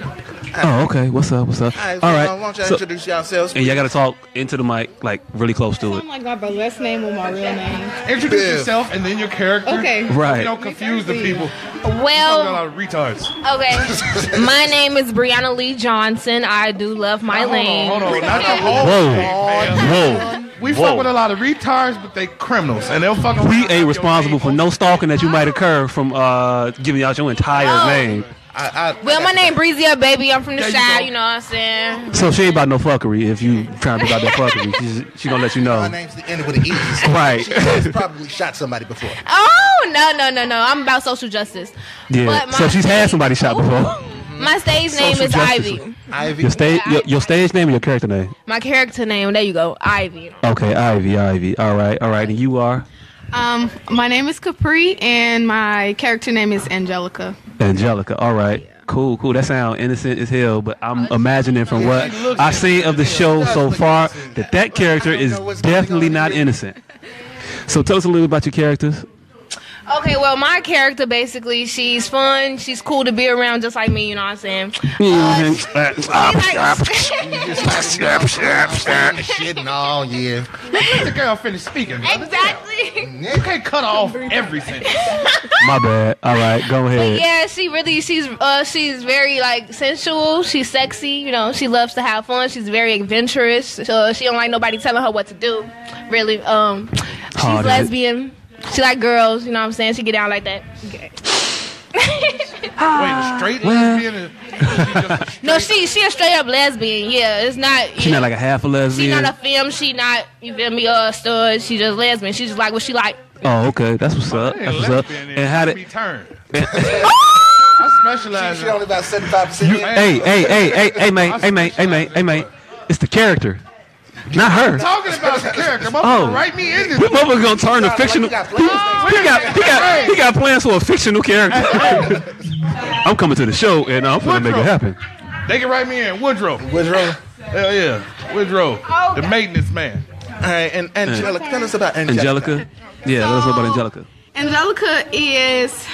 Speaker 8: Oh, okay. What's up? What's up? All
Speaker 4: All right.
Speaker 8: right.
Speaker 4: so, uh, Why don't y'all
Speaker 8: So-
Speaker 4: introduce yourselves?
Speaker 8: and y'all got to talk into the mic, like really close to
Speaker 10: Oh
Speaker 8: it.
Speaker 7: like my burlesque name or my real name.
Speaker 2: Introduce
Speaker 4: Yeah.
Speaker 2: yourself and then your character.
Speaker 7: Okay.
Speaker 8: Right.
Speaker 2: You don't confuse the people. Y'all got a
Speaker 11: Well,
Speaker 2: lot of retards.
Speaker 11: okay. my name is Brianna Lee Johnson. I do love my
Speaker 2: Hold on,
Speaker 11: lane.
Speaker 2: hold on. Not the whole
Speaker 8: Whoa.
Speaker 2: thing, Oh, man.
Speaker 8: Whoa.
Speaker 2: We
Speaker 8: Whoa.
Speaker 2: fuck with a lot of retards, but they criminals, and they'll fuck.
Speaker 8: We ain't responsible for no stalking that you might occur from uh, giving out your entire
Speaker 11: Oh.
Speaker 8: name.
Speaker 4: I, I,
Speaker 11: Well, my name Breezy up, baby. I'm from the
Speaker 2: There you
Speaker 11: side.
Speaker 2: go.
Speaker 11: You, know what I'm saying?
Speaker 8: So she ain't about no fuckery. If you trying to be about that fuckery, she's, she gonna let you
Speaker 4: My
Speaker 8: know.
Speaker 4: name's the end with an E. so
Speaker 8: Right.
Speaker 4: She has probably shot somebody before.
Speaker 11: Oh no, no, no, no. I'm about social justice.
Speaker 8: Yeah.
Speaker 11: But my
Speaker 8: So she's had
Speaker 11: stage-
Speaker 8: somebody shot before.
Speaker 11: My stage name
Speaker 8: Social
Speaker 11: is
Speaker 8: justice.
Speaker 11: Ivy.
Speaker 4: Ivy.
Speaker 8: Your stage, your, your stage name or your character name?
Speaker 11: My character name. There you go, Ivy.
Speaker 8: Okay, Ivy, Ivy. All right, all right. And you are
Speaker 7: Um, my name is Capri, and my character name is Angelica.
Speaker 8: Angelica. All right. Cool, cool. That sound innocent as hell, but
Speaker 11: Oh,
Speaker 8: I'm imagining from what I see of the show so far that that character is definitely not innocent. So tell us a little about your characters.
Speaker 11: Okay, well, my character basically, she's fun. She's cool to be around, just like me. You know what I'm saying?
Speaker 8: Uh,
Speaker 11: She's like-
Speaker 4: Shitting all year.
Speaker 2: The girl finished speaking. brother.
Speaker 11: exactly.
Speaker 2: You can't cut off everything.
Speaker 8: My bad. All right, go ahead.
Speaker 11: Yeah, she really she's uh she's very like sensual. She's sexy. You know, she loves to have fun. She's very adventurous. So she don't like nobody telling her what to do. Really, um, she's
Speaker 8: Oh, that-
Speaker 11: lesbian. She like girls. You know what I'm saying? She get down like that.
Speaker 2: Wait, a straight lesbian? and-
Speaker 11: No, she she a straight up lesbian. Yeah, it's not.
Speaker 8: She not like a half a
Speaker 11: She
Speaker 8: lesbian.
Speaker 11: not a femme. She not you feel me? Uh, stud. She just lesbian. She just like what she like.
Speaker 8: Oh, okay. That's what's up.
Speaker 2: Hey,
Speaker 8: That's what's up.
Speaker 2: lesbian
Speaker 8: And how
Speaker 2: be
Speaker 8: did?
Speaker 2: turned? I specialize.
Speaker 4: She
Speaker 2: in-
Speaker 4: only about 75% in.
Speaker 8: Hey, hey, hey, hey, hey, mate, hey, mate, hey, mate, hey, mate. It's the character, not her.
Speaker 2: talking about the character. Motherfucker,
Speaker 8: Oh.
Speaker 2: write me in this.
Speaker 8: What motherfucker gonna turn a fictional?
Speaker 4: Like, you
Speaker 8: he,
Speaker 4: got
Speaker 8: he got he got he got plans for a fictional character. I'm coming to the show and I'm gonna make it happen.
Speaker 2: They can write me in. Woodrow.
Speaker 4: What's wrong?
Speaker 2: Hell yeah. Woodrow. The maintenance man.
Speaker 4: All right, and Angelica, tell us about Angelica.
Speaker 8: Angelica, yeah, let us know about Angelica.
Speaker 10: Angelica is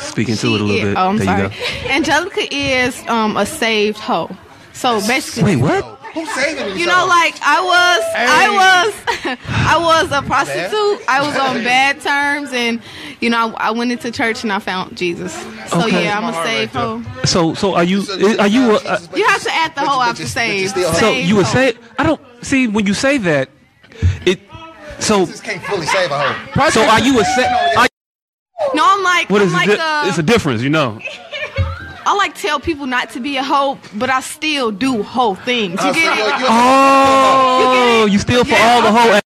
Speaker 8: Speaking to it a little
Speaker 10: yeah,
Speaker 8: bit.
Speaker 10: oh, I'm
Speaker 8: there
Speaker 10: sorry.
Speaker 8: you
Speaker 10: Angelica is um, a saved hoe. So basically,
Speaker 8: Wait, what?
Speaker 10: Who's saving You know, like I was, I was, I was a prostitute. I was on bad terms, and you know, I, I went into church and I found Jesus. So
Speaker 8: Okay.
Speaker 10: yeah, I'm a saved hoe.
Speaker 8: go. So, so are you? Are you? A, uh,
Speaker 10: You have to add the hoe after saved.
Speaker 8: so
Speaker 10: Saved
Speaker 8: you would
Speaker 10: hoe.
Speaker 8: say? I don't see when you say that. It. So,
Speaker 4: Can't fully save a hoe.
Speaker 8: so are you a? Se- are,
Speaker 10: No, I'm like,
Speaker 8: what
Speaker 10: I'm
Speaker 8: is
Speaker 10: like
Speaker 8: it?
Speaker 10: uh,
Speaker 8: it's a difference, you know.
Speaker 10: I like tell people not to be a hoe, but I still do hoe things. You get it?
Speaker 8: Oh, you still for all the whole.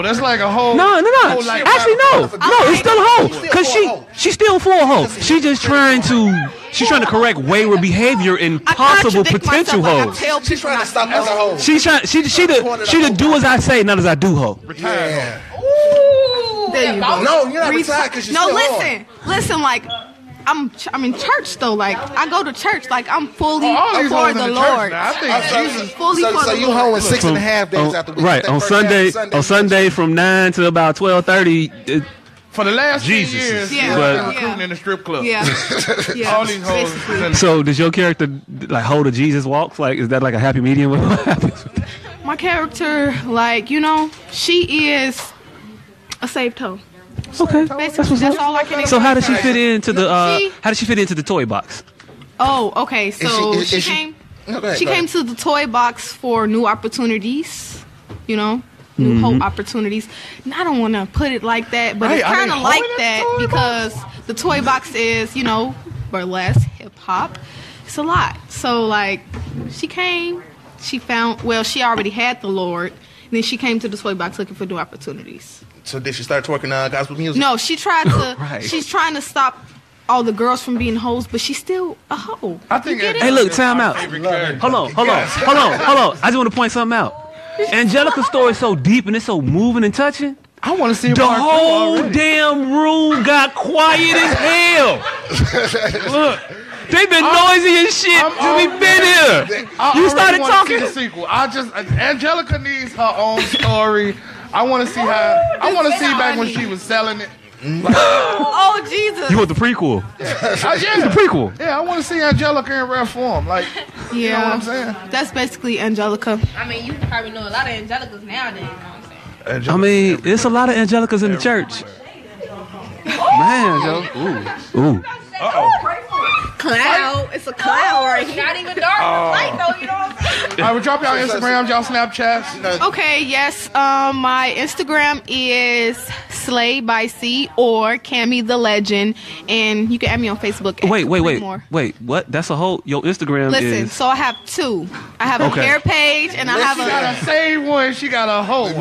Speaker 2: that's like a whole.
Speaker 8: No, no, no.
Speaker 2: whole, like,
Speaker 8: Actually, no, no. It's still a hoe, cause she she's still for a hoe. She's just trying to she's trying to correct wayward behavior in possible potential hoes.
Speaker 4: She's trying to stop other hoes.
Speaker 8: She's trying she she the she the do as I say, not as I do hoe.
Speaker 4: Yeah.
Speaker 10: There you go.
Speaker 4: No, you're not retired 'cause you're
Speaker 10: No,
Speaker 4: still
Speaker 10: listen, listen. Like, I'm ch- I'm in church though. Like, I go to church. Like, I'm fully
Speaker 4: Oh,
Speaker 2: all these
Speaker 10: for
Speaker 2: hoes
Speaker 10: the
Speaker 2: in the church
Speaker 10: Lord.
Speaker 2: now. I think Jesus-
Speaker 10: fully
Speaker 4: so-
Speaker 10: for
Speaker 4: so
Speaker 10: the
Speaker 4: you
Speaker 10: Lord.
Speaker 4: hoeing six and a half days
Speaker 8: on-
Speaker 4: after the week.
Speaker 8: Right
Speaker 4: That
Speaker 8: on
Speaker 4: first half
Speaker 8: Sunday,
Speaker 4: of Sunday.
Speaker 8: on Sunday from nine to about twelve thirty.
Speaker 2: For the last
Speaker 8: Jesus,
Speaker 2: few years,
Speaker 10: Yeah.
Speaker 2: you
Speaker 8: But-
Speaker 2: were recruiting in the strip club.
Speaker 10: Yeah. Yeah.
Speaker 2: All these hoes. is in-
Speaker 8: so does your character like hold a Jesus walks? Like is that like a happy medium? What happens?
Speaker 10: My character, like, you know, she is a saved hoe.
Speaker 8: Okay,
Speaker 10: that's, all I can.
Speaker 8: so how does she
Speaker 10: explain.
Speaker 8: fit into the uh,
Speaker 10: She-
Speaker 8: how does she fit into the toy box?
Speaker 10: Oh, okay.
Speaker 8: she-
Speaker 10: So
Speaker 8: is-
Speaker 10: she,
Speaker 8: is she-
Speaker 10: came.
Speaker 8: No, go ahead,
Speaker 10: she
Speaker 8: go
Speaker 10: came to the toy box for new opportunities. You know, new
Speaker 8: Mhm.
Speaker 10: hope opportunities. And I don't want to put it like that, but
Speaker 12: Right,
Speaker 10: it's
Speaker 12: are they
Speaker 10: kind of
Speaker 12: hoeing
Speaker 10: like
Speaker 12: at the
Speaker 10: that because the toy box is, you know, burlesque, hip hop. It's a lot. So like, she came. She found. Well, she already had the Lord. And then she came to the toy box looking for new opportunities.
Speaker 4: So did she start twerking uh, gospel music?
Speaker 10: No, she tried to.
Speaker 4: Right.
Speaker 10: She's trying to stop all the girls from being hoes, but she's still a hoe. I
Speaker 2: think. Uh,
Speaker 8: Hey, look, time out. Hold on, hold on,
Speaker 10: Yes.
Speaker 8: hold on, hold on. I just want to point something out. Angelica's story is so deep and it's so moving and touching.
Speaker 2: I want to see
Speaker 8: the
Speaker 2: part two
Speaker 8: whole
Speaker 2: already.
Speaker 8: damn room got quiet as hell. Look, they've been
Speaker 2: I'm-
Speaker 8: noisy as shit
Speaker 2: I'm
Speaker 8: since we've been
Speaker 2: already-
Speaker 8: here.
Speaker 2: I
Speaker 8: you
Speaker 2: already
Speaker 8: started
Speaker 2: wanna
Speaker 8: talking.
Speaker 2: See the sequel. I just Angelica needs her own story. I want to see how. I want to see back when she was selling it.
Speaker 10: oh Jesus!
Speaker 8: want the prequel?
Speaker 2: Oh, yeah.
Speaker 8: The prequel.
Speaker 2: Yeah, I want to see Angelica in rare form. Like,
Speaker 10: Yeah,
Speaker 2: you know what I'm saying?
Speaker 10: that's basically Angelica.
Speaker 11: I mean, you probably know a lot of Angelicas nowadays. you know what I'm saying?
Speaker 8: I mean, it's a lot of Angelicas in the church. Man, yo. Ooh. Ooh.
Speaker 10: Cloud. It's a cloud right
Speaker 11: here. Oh, Not even dark.
Speaker 2: Oh.
Speaker 11: Light though, you know what I'm saying?
Speaker 2: All right, well, drop y'all Instagrams, y'all Snapchats.
Speaker 10: Okay, yes. Um, my Instagram is Slay by C or Cammy the Legend, and you can add me on Facebook. at
Speaker 8: Wait, wait, wait,
Speaker 10: More.
Speaker 8: wait. What? That's a whole. Your Instagram
Speaker 10: Listen,
Speaker 8: is.
Speaker 10: so I have two. I have
Speaker 8: Okay.
Speaker 10: a hair page, and I have
Speaker 2: she got
Speaker 10: a. Oh,
Speaker 2: a save one. She got a hoe.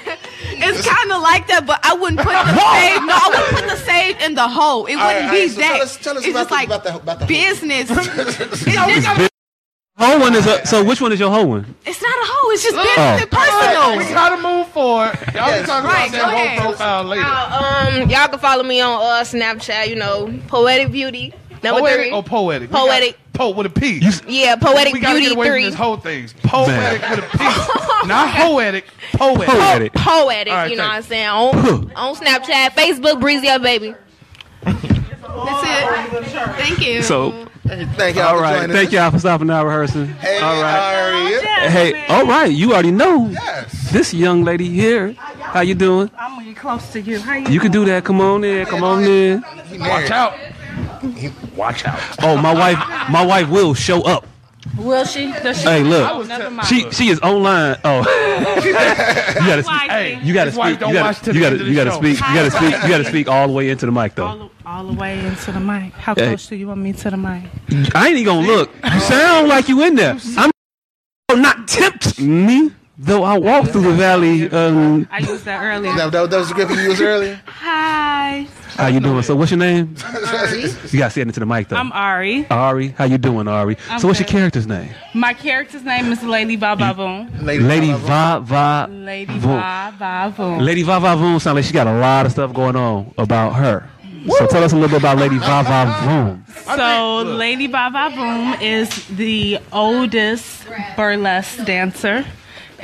Speaker 4: Oh,
Speaker 10: It's kind of like that, but I wouldn't put the save. No, I wouldn't put the save in the hole. It wouldn't
Speaker 4: All right, all
Speaker 10: be
Speaker 4: right, so
Speaker 10: that.
Speaker 4: tell us- tell us
Speaker 10: it's
Speaker 4: about
Speaker 10: just
Speaker 4: the-
Speaker 10: like
Speaker 4: about the- about the hole.
Speaker 10: business. it's,
Speaker 8: It's
Speaker 10: just,
Speaker 8: big- Whole one is a, so. Which one is your whole one?
Speaker 10: it's not a hole. It's just
Speaker 8: Look.
Speaker 10: business and
Speaker 8: Oh.
Speaker 10: personal.
Speaker 2: We gotta move forward. Y'all be talking
Speaker 11: Right,
Speaker 2: about
Speaker 11: go
Speaker 2: that
Speaker 11: ahead.
Speaker 2: whole profile later.
Speaker 10: Uh,
Speaker 11: Now, um, y'all can follow me on uh, Snapchat. You know, poetic beauty number
Speaker 2: poetic
Speaker 11: three.
Speaker 2: or poetic?
Speaker 11: Poetic.
Speaker 2: We got, po with a P.
Speaker 11: yeah, poetic
Speaker 2: we gotta
Speaker 11: beauty
Speaker 2: get away
Speaker 11: three.
Speaker 2: From this whole thing. Poetic with a P. Not poetic. Poetic.
Speaker 11: poetic, poetic
Speaker 2: All right,
Speaker 11: you know what I'm
Speaker 2: thank
Speaker 11: saying? On, on Snapchat, Facebook, Breezy Up Baby.
Speaker 10: That's it. Thank you.
Speaker 8: So.
Speaker 4: Thank y'all
Speaker 8: All
Speaker 4: for
Speaker 8: right.
Speaker 4: joining
Speaker 8: Thank
Speaker 4: us.
Speaker 8: y'all for stopping our rehearsing.
Speaker 4: Hey,
Speaker 8: all right.
Speaker 4: Aria.
Speaker 8: Hey, all right. You already know this young lady here. How you doing?
Speaker 13: I'm really close to you. How you?
Speaker 8: You can do that. Come on in. Come on in.
Speaker 2: Watch out.
Speaker 8: Watch out. Oh, my wife. My wife will show up.
Speaker 13: Will she? Does she?
Speaker 8: Hey, look.
Speaker 13: Another model.
Speaker 8: She she is online. Oh. you gotta speak.
Speaker 13: Hey,
Speaker 8: You gotta
Speaker 13: his wife
Speaker 8: speak.
Speaker 13: don't
Speaker 8: You
Speaker 13: watch
Speaker 8: gotta
Speaker 13: till
Speaker 8: you
Speaker 13: the
Speaker 8: gotta
Speaker 13: end of
Speaker 8: you
Speaker 13: the
Speaker 8: gotta
Speaker 13: show.
Speaker 8: speak. You gotta speak. You gotta speak all the way into the mic though.
Speaker 13: all the way into the mic. How
Speaker 8: Hey.
Speaker 13: close do you want me to the mic?
Speaker 8: I ain't even gonna look. You sound like you in there. I'm not tempt me though. I walk through the valley. Um,
Speaker 13: I used that earlier.
Speaker 4: That, that, that was the grip you used earlier.
Speaker 13: Hi,
Speaker 8: how you doing? So what's your name?
Speaker 13: Ari.
Speaker 8: You gotta say it into the mic though.
Speaker 13: I'm Ari.
Speaker 8: Ari, how you doing, Ari?
Speaker 13: I'm
Speaker 8: so what's
Speaker 13: good.
Speaker 8: your character's name?
Speaker 13: My character's name is Lady Baba Boom.
Speaker 8: Lady, Va Va.
Speaker 13: Lady
Speaker 8: Boom.
Speaker 13: Baba Boom.
Speaker 8: Lady Va Va Voom sounds like she got a lot of stuff going on about her. So tell us a little bit about Lady Va Va Voom.
Speaker 13: So, Lady Baba Boom is the oldest burlesque dancer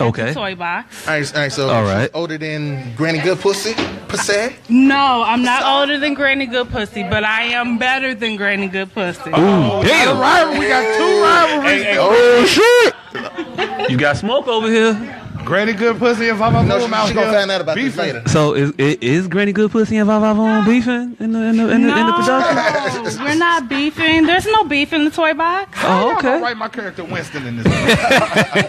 Speaker 8: Okay.
Speaker 13: the toy box.
Speaker 4: All right, all right. So,
Speaker 8: All
Speaker 4: she's
Speaker 8: right.
Speaker 4: older than Granny Good Pussy, per se.
Speaker 13: No, I'm not older than Granny Good Pussy, but I am better than Granny Good Pussy.
Speaker 8: Oh,
Speaker 2: damn. rival. We got two rivalries.
Speaker 8: Oh shit!
Speaker 6: You got smoke over here.
Speaker 2: Granny good pussy if I'm
Speaker 4: No, she, she gonna find out about this later.
Speaker 8: So is is, is Granny Good Pussy and Vava on beefing in the in the in the, in the production?
Speaker 13: No, we're not beefing. There's no beef in the toy box.
Speaker 8: Oh, okay.
Speaker 2: Write my character Winston in this.
Speaker 8: He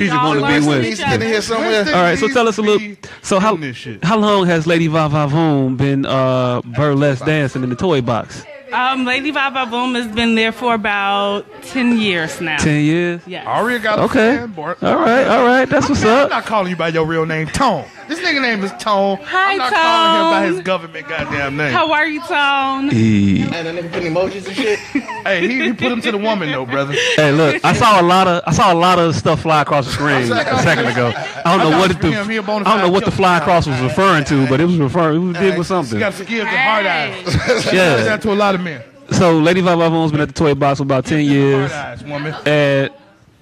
Speaker 8: just
Speaker 13: all
Speaker 8: wanted to
Speaker 13: learn
Speaker 8: be
Speaker 13: from
Speaker 8: Winston.
Speaker 13: each other.
Speaker 8: All right, so tell us a little. So how how long has Lady Vava Voom been uh, burlesque dancing in the toy box?
Speaker 13: Um, Lady Baba Boom has been there for about 10 years now.
Speaker 8: Ten years.
Speaker 13: Yes.
Speaker 2: Aria got
Speaker 8: Okay.
Speaker 2: a fan, Bart.
Speaker 8: All right. All right. That's what's
Speaker 2: Man,
Speaker 8: up.
Speaker 2: I'm not calling you by your real name, Tone. This nigga name is Tone.
Speaker 13: Hi,
Speaker 2: I'm not calling him by his
Speaker 13: Tone.
Speaker 2: government goddamn name.
Speaker 13: How are you,
Speaker 4: And
Speaker 13: Tone?
Speaker 4: that nigga putting emojis and shit.
Speaker 2: hey, he, he put him to the woman though, brother.
Speaker 8: Hey, look! I saw a lot of I saw a lot of stuff fly across the screen a second ago. I don't know what it the,
Speaker 2: Him, he a
Speaker 8: I
Speaker 2: bona
Speaker 8: don't know
Speaker 2: fide
Speaker 8: what the fly across was referring to, but it was referring it was big with
Speaker 2: You
Speaker 8: something.
Speaker 2: got to forgive the hard eyes. She
Speaker 8: Yeah.
Speaker 2: does that to a lot of men.
Speaker 8: So Lady Vavavone's been at the toy box for about ten years,
Speaker 2: Hard eyes, woman.
Speaker 8: and,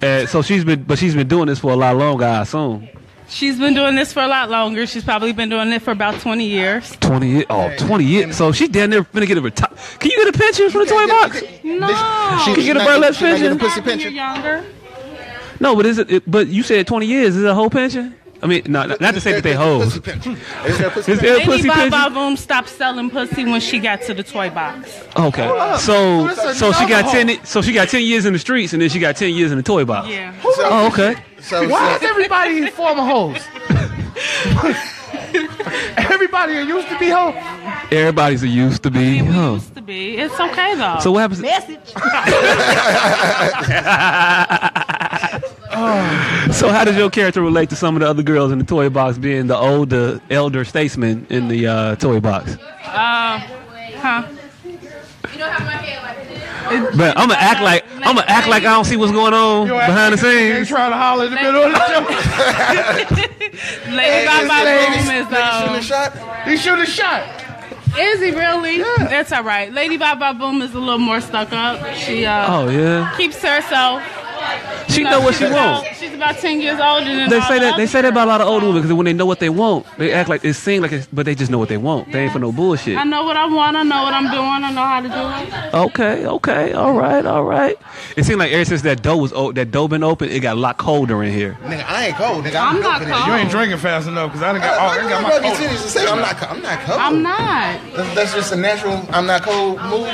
Speaker 8: and so she's been but she's been doing this for a lot longer, I assume.
Speaker 13: She's been doing this for a lot longer. She's probably been doing it for about 20 years.
Speaker 8: Twenty years, oh, 20 years. So she damn near finna get a reti- Can you get a pension from the toy box?
Speaker 13: No.
Speaker 8: She can get a burlesque
Speaker 4: she not getting a
Speaker 8: pension.
Speaker 4: pussy
Speaker 13: When you're
Speaker 4: pension.
Speaker 13: younger.
Speaker 8: No, but is it, it? But you said twenty years is it a whole pension. I mean, no, not, not to say that they hoes.
Speaker 4: Pussy pension. Is there a pussy
Speaker 8: Is there a
Speaker 4: pension?
Speaker 8: pussy
Speaker 13: Lady
Speaker 8: pension?
Speaker 13: Baba Boom stopped selling pussy when she got to the toy box.
Speaker 8: Okay. So so she got ten so she got ten years in the streets and then she got ten years in the toy box.
Speaker 13: Yeah.
Speaker 8: Oh, okay.
Speaker 4: So,
Speaker 2: Why
Speaker 4: so,
Speaker 2: is everybody former hoes? everybody that used to be hoe.
Speaker 8: Everybody's a used to be. Huh.
Speaker 13: To be. It's okay, though. Uh,
Speaker 8: So what happens?
Speaker 5: Message.
Speaker 8: So how does your character relate to some of the other girls in the toy box being the older elder statesman in the uh, toy box?
Speaker 13: Uh, huh.
Speaker 8: But I'm gonna act like I'm gonna act like I don't see what's going on behind the
Speaker 2: Ain't
Speaker 8: scenes.
Speaker 2: trying to holler in the middle of the show.
Speaker 13: Lady
Speaker 4: Hey,
Speaker 13: Baba
Speaker 4: ladies,
Speaker 13: Boom is,
Speaker 4: ladies shooting
Speaker 13: um,
Speaker 4: a shot.
Speaker 2: He shoot a shot.
Speaker 13: is he really? That's all right. Lady Baba Boom is a little more stuck up. She, uh,
Speaker 8: Oh yeah,
Speaker 13: keeps to herself.
Speaker 8: she
Speaker 13: You
Speaker 8: know what
Speaker 13: she's
Speaker 8: she
Speaker 13: about-
Speaker 8: wants.
Speaker 13: She's about 10 years older than
Speaker 8: They
Speaker 13: all
Speaker 8: say
Speaker 13: the
Speaker 8: that they
Speaker 13: other
Speaker 8: say that about a lot of older
Speaker 13: girls.
Speaker 8: women because when they know what they want, they act like it seems like it's, but they just know what they want. They ain't for no bullshit.
Speaker 13: I know what I want. I know what I'm doing. I know how to do
Speaker 4: Oh.
Speaker 13: it.
Speaker 8: Okay, okay, all right, all right. It seemed like ever since that door was o- that door been open, it got a lot colder in here.
Speaker 4: Nigga, I ain't cold. Nigga,
Speaker 13: I'm
Speaker 4: I'm,
Speaker 13: not
Speaker 4: open
Speaker 13: cold.
Speaker 2: You ain't drinking fast enough because I done got, oh, I done got my
Speaker 4: rub your
Speaker 2: coat.
Speaker 4: titties and say I'm not. co- I'm not cold.
Speaker 13: I'm not.
Speaker 4: That's, that's just a natural. I'm not cold move.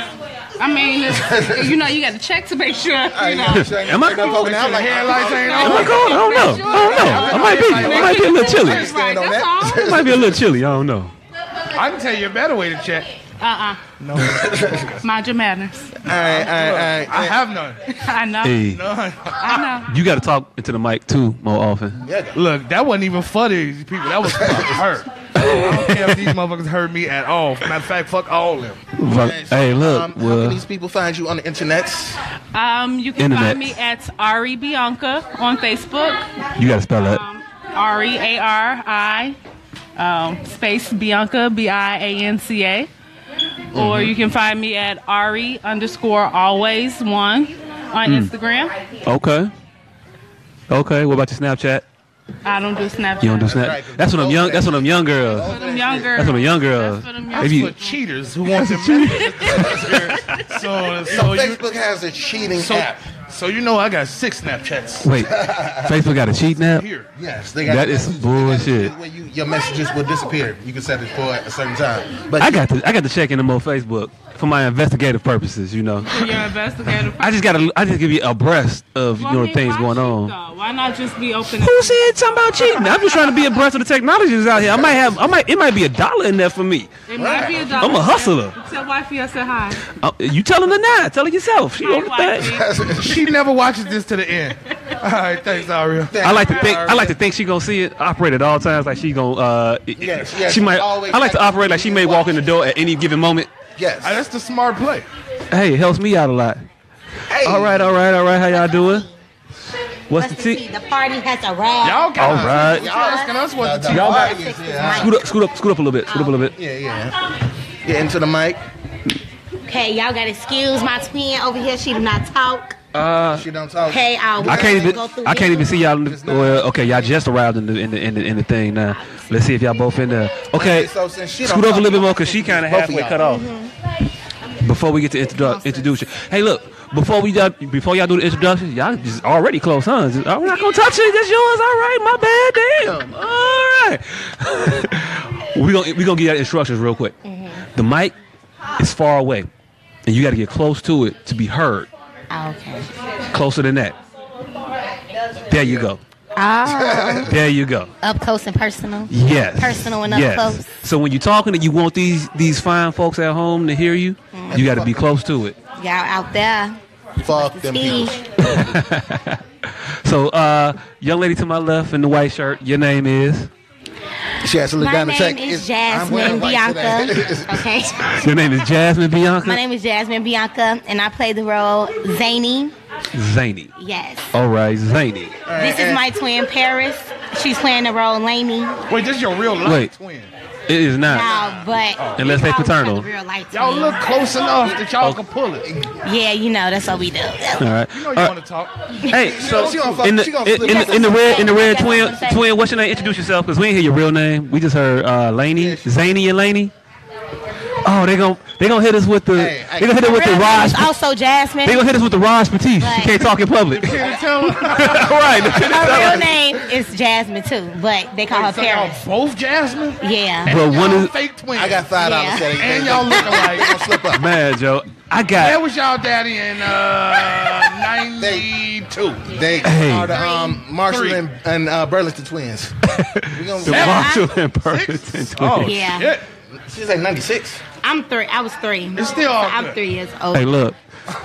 Speaker 13: I mean, it's, you know, you got to check to make sure.
Speaker 4: Oh,
Speaker 13: You know.
Speaker 8: Am I cold?
Speaker 4: poking out like
Speaker 2: Headlights ain't
Speaker 8: Am I
Speaker 2: on.
Speaker 8: cold? I don't know. I don't know. I might be. I might be a little chilly. It
Speaker 13: Right,
Speaker 4: Stand on
Speaker 13: that's
Speaker 4: that.
Speaker 13: all.
Speaker 8: might be a little chilly. I don't know.
Speaker 2: I can tell you a better way to check.
Speaker 13: Uh-uh. No. Mind your manners.
Speaker 4: All right, all right, all
Speaker 2: I
Speaker 4: right.
Speaker 2: have none.
Speaker 13: I know.
Speaker 8: Hey,
Speaker 2: None.
Speaker 13: I know.
Speaker 8: you got to talk into the mic too more often.
Speaker 2: Look, that wasn't even for these people. That was for her. I don't care if these motherfuckers heard me at all. Matter of fact, fuck all of them.
Speaker 8: Fuck- Hey,
Speaker 4: Um,
Speaker 8: look.
Speaker 4: how can
Speaker 8: Well,
Speaker 4: these people find you on the internet?
Speaker 13: Um, you can
Speaker 8: Internet.
Speaker 13: find me at Ari Bianca on Facebook.
Speaker 8: you got to spell that.
Speaker 13: Um, R E A R I um, space Bianca B I A N C A. Or
Speaker 8: Mm-hmm.
Speaker 13: you can find me at Ari underscore always one on
Speaker 8: Mm.
Speaker 13: Instagram.
Speaker 8: Okay. Okay. What about your Snapchat?
Speaker 13: I don't do Snapchat.
Speaker 8: You don't do Snap. That's what I'm young. That's what I'm young girl.
Speaker 13: I'm younger.
Speaker 8: That's what I'm young girl. If
Speaker 2: That's
Speaker 8: you,
Speaker 2: for cheaters who want to mess so, so, you,
Speaker 4: Facebook has a cheating
Speaker 2: so,
Speaker 4: app.
Speaker 2: so you know I got six Snapchats
Speaker 8: wait, Facebook got a cheat now.
Speaker 2: here.
Speaker 4: Yes, they got
Speaker 8: That is some bullshit.
Speaker 4: Where you, your messages will disappear. You can set it for a certain time. But
Speaker 8: I got to. I got to check into more Facebook for my investigative purposes. You know.
Speaker 13: For your investigative.
Speaker 8: I just gotta. I just give you abreast of you know things going on.
Speaker 13: Why not just be open? and-
Speaker 8: Who said something about cheating? I'm just trying to be abreast of the technologies out here. I might have. I might. It might be a dollar in there for me.
Speaker 13: It might be a dollar.
Speaker 8: I'm a hustler.
Speaker 13: Tell wifey I said hi.
Speaker 8: Uh, you telling her now? Tell her yourself. She on the
Speaker 13: Hi,
Speaker 8: thing.
Speaker 13: wifey.
Speaker 2: She never watches this to the end. All right, thanks, Aria.
Speaker 8: I like to think. I like to think she gonna see it operate at all times. Like she gonna. Uh, it-
Speaker 4: Yes, yes,
Speaker 8: she might.
Speaker 4: always
Speaker 8: I like to
Speaker 4: like-
Speaker 8: operate like she may walk in the door at any given moment.
Speaker 4: yes.
Speaker 2: Ah, that's the smart play.
Speaker 8: Hey, it helps me out a lot.
Speaker 4: Hey,
Speaker 8: All right, all right, all right. How y'all doing? What's the tea?
Speaker 12: The party has arrived.
Speaker 2: Y'all got
Speaker 8: All right.
Speaker 2: Y'all asking us
Speaker 4: Uh,
Speaker 2: what the
Speaker 8: Y'all
Speaker 4: got
Speaker 8: got-
Speaker 4: yeah,
Speaker 8: Scoot up, scoot up, scoot up a little bit. Scoot up a little bit.
Speaker 4: yeah, yeah. Get into the mic.
Speaker 12: Okay, y'all gotta excuse my twin over here. She do not talk.
Speaker 8: Uh,
Speaker 4: She don't talk.
Speaker 12: Hey, I'll
Speaker 8: I can't even.
Speaker 12: go through
Speaker 8: I can't
Speaker 12: you.
Speaker 8: even see y'all. in the- Well, okay, y'all just arrived in the in the, in the in the thing now. Let's see if y'all both in there. Okay,
Speaker 4: Okay, so since she don't
Speaker 8: scoot over a
Speaker 4: talk,
Speaker 8: little bit more because she kind of
Speaker 4: both of
Speaker 8: halfway
Speaker 4: y'all. Mm-hmm.
Speaker 8: cut off. Before we get to introdu- introduce you, hey, look. Before we y'all, before y'all do the introduction, y'all just already close, huh? Just, I'm not gonna touch it. That's yours. All right, my bad. Damn. All right. we gonna we gonna get y'all instructions real quick. The mic is far away, and you got to get close to it to be heard.
Speaker 12: Oh, Okay.
Speaker 8: Closer than that. There you go.
Speaker 12: Ah.
Speaker 8: There you go.
Speaker 12: up close and personal.
Speaker 8: Yes.
Speaker 12: Personal and up
Speaker 8: yes.
Speaker 12: close.
Speaker 8: So when you're talking and you want these these fine folks at home to hear you, you got to be close to it.
Speaker 12: Y'all out there.
Speaker 4: Fuck
Speaker 12: them people.
Speaker 8: So, uh, young lady to my left in the white shirt, your name is.
Speaker 4: She has to
Speaker 12: My name is Jasmine Bianca. okay.
Speaker 8: Your name is Jasmine Bianca
Speaker 12: My name is Jasmine Bianca, and I play the role Zany.
Speaker 8: Zany.
Speaker 12: Yes.
Speaker 8: All right, Zany.
Speaker 12: This is my twin Paris. She's playing the role Lainey.
Speaker 2: Wait, this your real
Speaker 8: Wait, it is not.
Speaker 12: No, but
Speaker 8: Unless they paternal.
Speaker 12: real life.
Speaker 2: Y'all look close enough that y'all can pull it.
Speaker 12: Yeah, you know that's what we do.
Speaker 8: All right.
Speaker 2: You know you
Speaker 8: All
Speaker 2: want to talk.
Speaker 8: Hey, so
Speaker 2: she gonna fuck-
Speaker 8: in the,
Speaker 2: she gonna
Speaker 8: in,
Speaker 2: slip
Speaker 8: in
Speaker 2: up.
Speaker 8: the, in the red in the red
Speaker 2: That's what
Speaker 8: twin
Speaker 2: I'm saying.
Speaker 8: twin, what's your name? Introduce yourself, cause we didn't hear your real name. We just heard uh, Laney, Zany, and Laney. Oh, they gon' they gonna hit us with the they gonna hit us with the
Speaker 12: Real name
Speaker 8: Raj.
Speaker 12: is Also Jasmine.
Speaker 8: They gonna hit us with the Raj Patif. She can't talk in public. right.
Speaker 12: Her real name is Jasmine too, but they call
Speaker 2: Wait,
Speaker 12: her
Speaker 2: so
Speaker 12: Paris.
Speaker 2: both Jasmine?
Speaker 12: Yeah.
Speaker 8: But one is
Speaker 2: Fake twins.
Speaker 4: I got five dollars.
Speaker 12: Yeah.
Speaker 2: And y'all look alike.
Speaker 8: man, Joe. I
Speaker 2: Where
Speaker 8: got
Speaker 2: was y'all daddy in uh, 92?
Speaker 4: They
Speaker 8: Hey.
Speaker 4: are the um, Marshall
Speaker 2: Three.
Speaker 4: and, and uh, Burlington twins. We gonna-
Speaker 8: the Marshall and Burlington
Speaker 2: Oh,
Speaker 8: twins.
Speaker 12: Yeah.
Speaker 4: She's like 96.
Speaker 12: I'm three. I was three.
Speaker 4: It's still
Speaker 12: so
Speaker 4: all
Speaker 12: I'm
Speaker 4: good.
Speaker 12: three years old.
Speaker 8: Hey, look.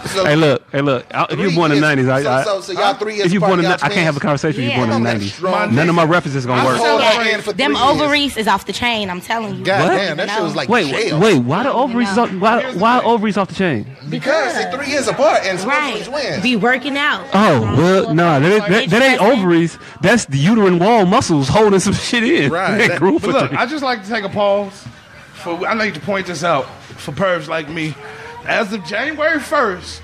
Speaker 4: So-
Speaker 8: hey, look. Hey, look. I, if you're
Speaker 4: Three
Speaker 8: born in the
Speaker 4: years-
Speaker 8: 90s, I, I,
Speaker 4: so- so- so y'all three years
Speaker 8: if you're born in, the-
Speaker 4: apart,
Speaker 8: I
Speaker 4: y'all
Speaker 8: can't have a conversation if
Speaker 12: Yeah.
Speaker 8: you're born in the
Speaker 4: Come on, that's
Speaker 8: 90s.
Speaker 4: strong.
Speaker 8: None of my references going to work.
Speaker 4: celebrating for
Speaker 12: Them
Speaker 4: three years.
Speaker 12: ovaries is off the chain. I'm telling you.
Speaker 4: God damn, that shit was like
Speaker 8: wait,
Speaker 4: jail.
Speaker 8: wait, why the ovaries is off, why, why ovaries off the chain?
Speaker 4: Because they're three years apart and
Speaker 12: Right.
Speaker 4: right. twins.
Speaker 12: Be working out.
Speaker 8: Oh well, nah, that, ain't- that, that ain't ovaries. That's the uterine wall muscles holding some shit in. That grew
Speaker 2: But
Speaker 8: for
Speaker 2: look,
Speaker 8: three-
Speaker 2: I just like to take a pause. For I like to point this out for pervs like me. As of January first,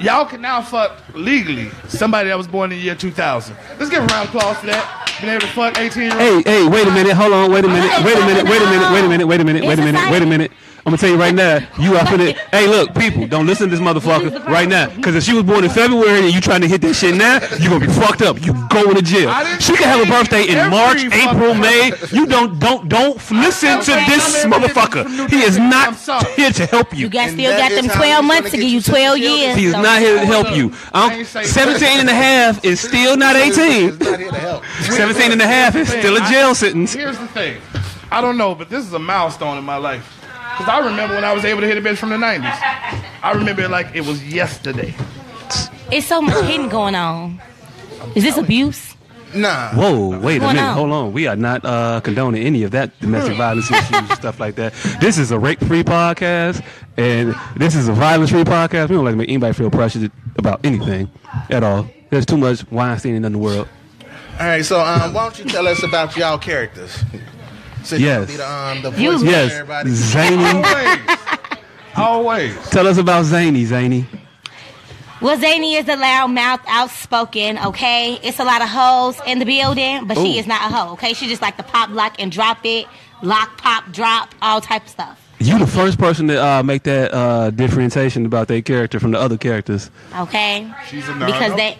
Speaker 2: y'all can now fuck legally somebody that was born in the year 2000. Let's give a round of applause for that. Being able to fuck 18 year
Speaker 8: Hey, hey, wait a minute, hold on, wait a minute, wait a minute, wait a minute, wait a minute, wait a minute, wait a minute, wait a minute. I'm gonna tell you right now, you are finna. Hey, look, people, don't listen to this motherfucker right now, because if she was born in February and you trying to hit that shit now, you gonna be fucked up. You going to jail. She can have a birthday in March, April, May. You don't, don't, don't f- listen to this motherfucker. He is not here to help you.
Speaker 12: You got still
Speaker 4: that
Speaker 12: got
Speaker 4: is
Speaker 12: them
Speaker 4: how
Speaker 12: 12
Speaker 4: we
Speaker 12: months to give you 12 years.
Speaker 8: He is
Speaker 12: So-
Speaker 8: not here to help you. I don't- 17 and a half is still not 18.
Speaker 4: Not here to help.
Speaker 8: 17 and a half is still a jail sentence.
Speaker 2: Here's the thing. I don't know, but this is a milestone in my life. Because I remember when I was able to hit a bitch from the 90s. I remember it like it was yesterday.
Speaker 12: It's so much hitting going on. Is this abuse?
Speaker 4: Nah.
Speaker 8: Whoa, wait a
Speaker 12: What's going
Speaker 8: minute.
Speaker 12: on?
Speaker 8: Hold on. We are not uh, condoning any of that domestic violence issues, stuff like that. This is a rape free podcast, and this is a violence free podcast. We don't like to make anybody feel pressured about anything at all. There's too much Weinstein in the world.
Speaker 4: All right, so um, why don't you tell us about y'all characters? Since you
Speaker 8: Yes.
Speaker 4: Be the, um, the voice
Speaker 8: You-
Speaker 4: of
Speaker 8: Yes.
Speaker 4: everybody.
Speaker 8: Zany.
Speaker 2: Always.
Speaker 8: Tell us about Zany, Zany.
Speaker 12: Well, Zany is a loud mouth, outspoken, okay? It's a lot of hoes in the building, but she
Speaker 8: Ooh.
Speaker 12: is not a hoe, okay? She just like to pop, lock, and drop it. Lock, pop, drop, all type of stuff.
Speaker 8: You the first person to uh, make that uh, differentiation about their character from the other characters.
Speaker 12: Okay?
Speaker 2: She's a
Speaker 12: Because they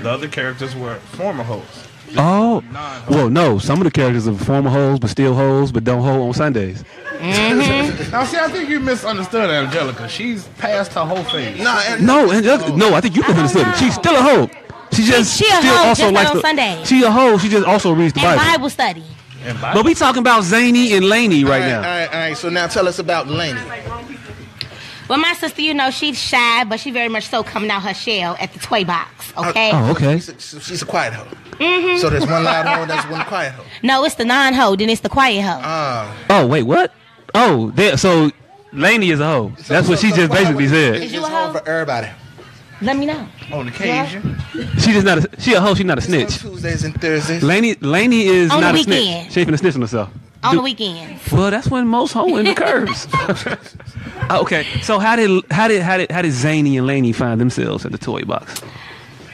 Speaker 2: The other characters were former hosts.
Speaker 8: Oh, well, no. Some of the characters are former hoes, but still hoes, but don't hoe on Sundays.
Speaker 2: Mm-hmm. now, see, I think you misunderstood Angelica. She's past her whole phase.
Speaker 4: No,
Speaker 8: No, and the other- no, I think you misunderstood. She's still a hoe. She just
Speaker 12: she a
Speaker 8: still
Speaker 12: hoe,
Speaker 8: also
Speaker 12: just not
Speaker 8: likes
Speaker 12: on
Speaker 8: the,
Speaker 12: Sundays.
Speaker 8: She a hoe. She just also reads the
Speaker 12: and
Speaker 8: Bible.
Speaker 12: Bible study.
Speaker 8: But we talking about Zany and Laney right
Speaker 4: all right,
Speaker 8: now.
Speaker 4: all right, all right, so now tell us about Laney.
Speaker 12: Well, my sister, you know, she's shy, but she very much so coming out her shell at the toy box, okay?
Speaker 8: Oh, okay.
Speaker 4: She's a, so she's a quiet hoe.
Speaker 12: Mhm.
Speaker 4: Uh, So there's one loud hoe and there's one quiet hoe.
Speaker 12: No, it's the non-hoe, then it's the quiet hoe.
Speaker 4: Ah.
Speaker 8: Oh wait, what? Oh, there, so Laney is a hoe. That's what she just basically said.
Speaker 4: It's just home for everybody.
Speaker 12: Let me know.
Speaker 2: On
Speaker 4: occasion.
Speaker 8: She just not a, she a hoe. She not a snitch.
Speaker 4: Tuesdays and Thursdays.
Speaker 8: Laney Laney is
Speaker 12: On the
Speaker 8: not a
Speaker 12: weekend.
Speaker 8: snitch. She ain't finna snitch on herself.
Speaker 12: On
Speaker 8: Do-
Speaker 12: the weekends.
Speaker 8: Well, that's when most hoeing occurs. Oh, okay, so how did how did how did how did Zany and Laney find themselves at the toy box?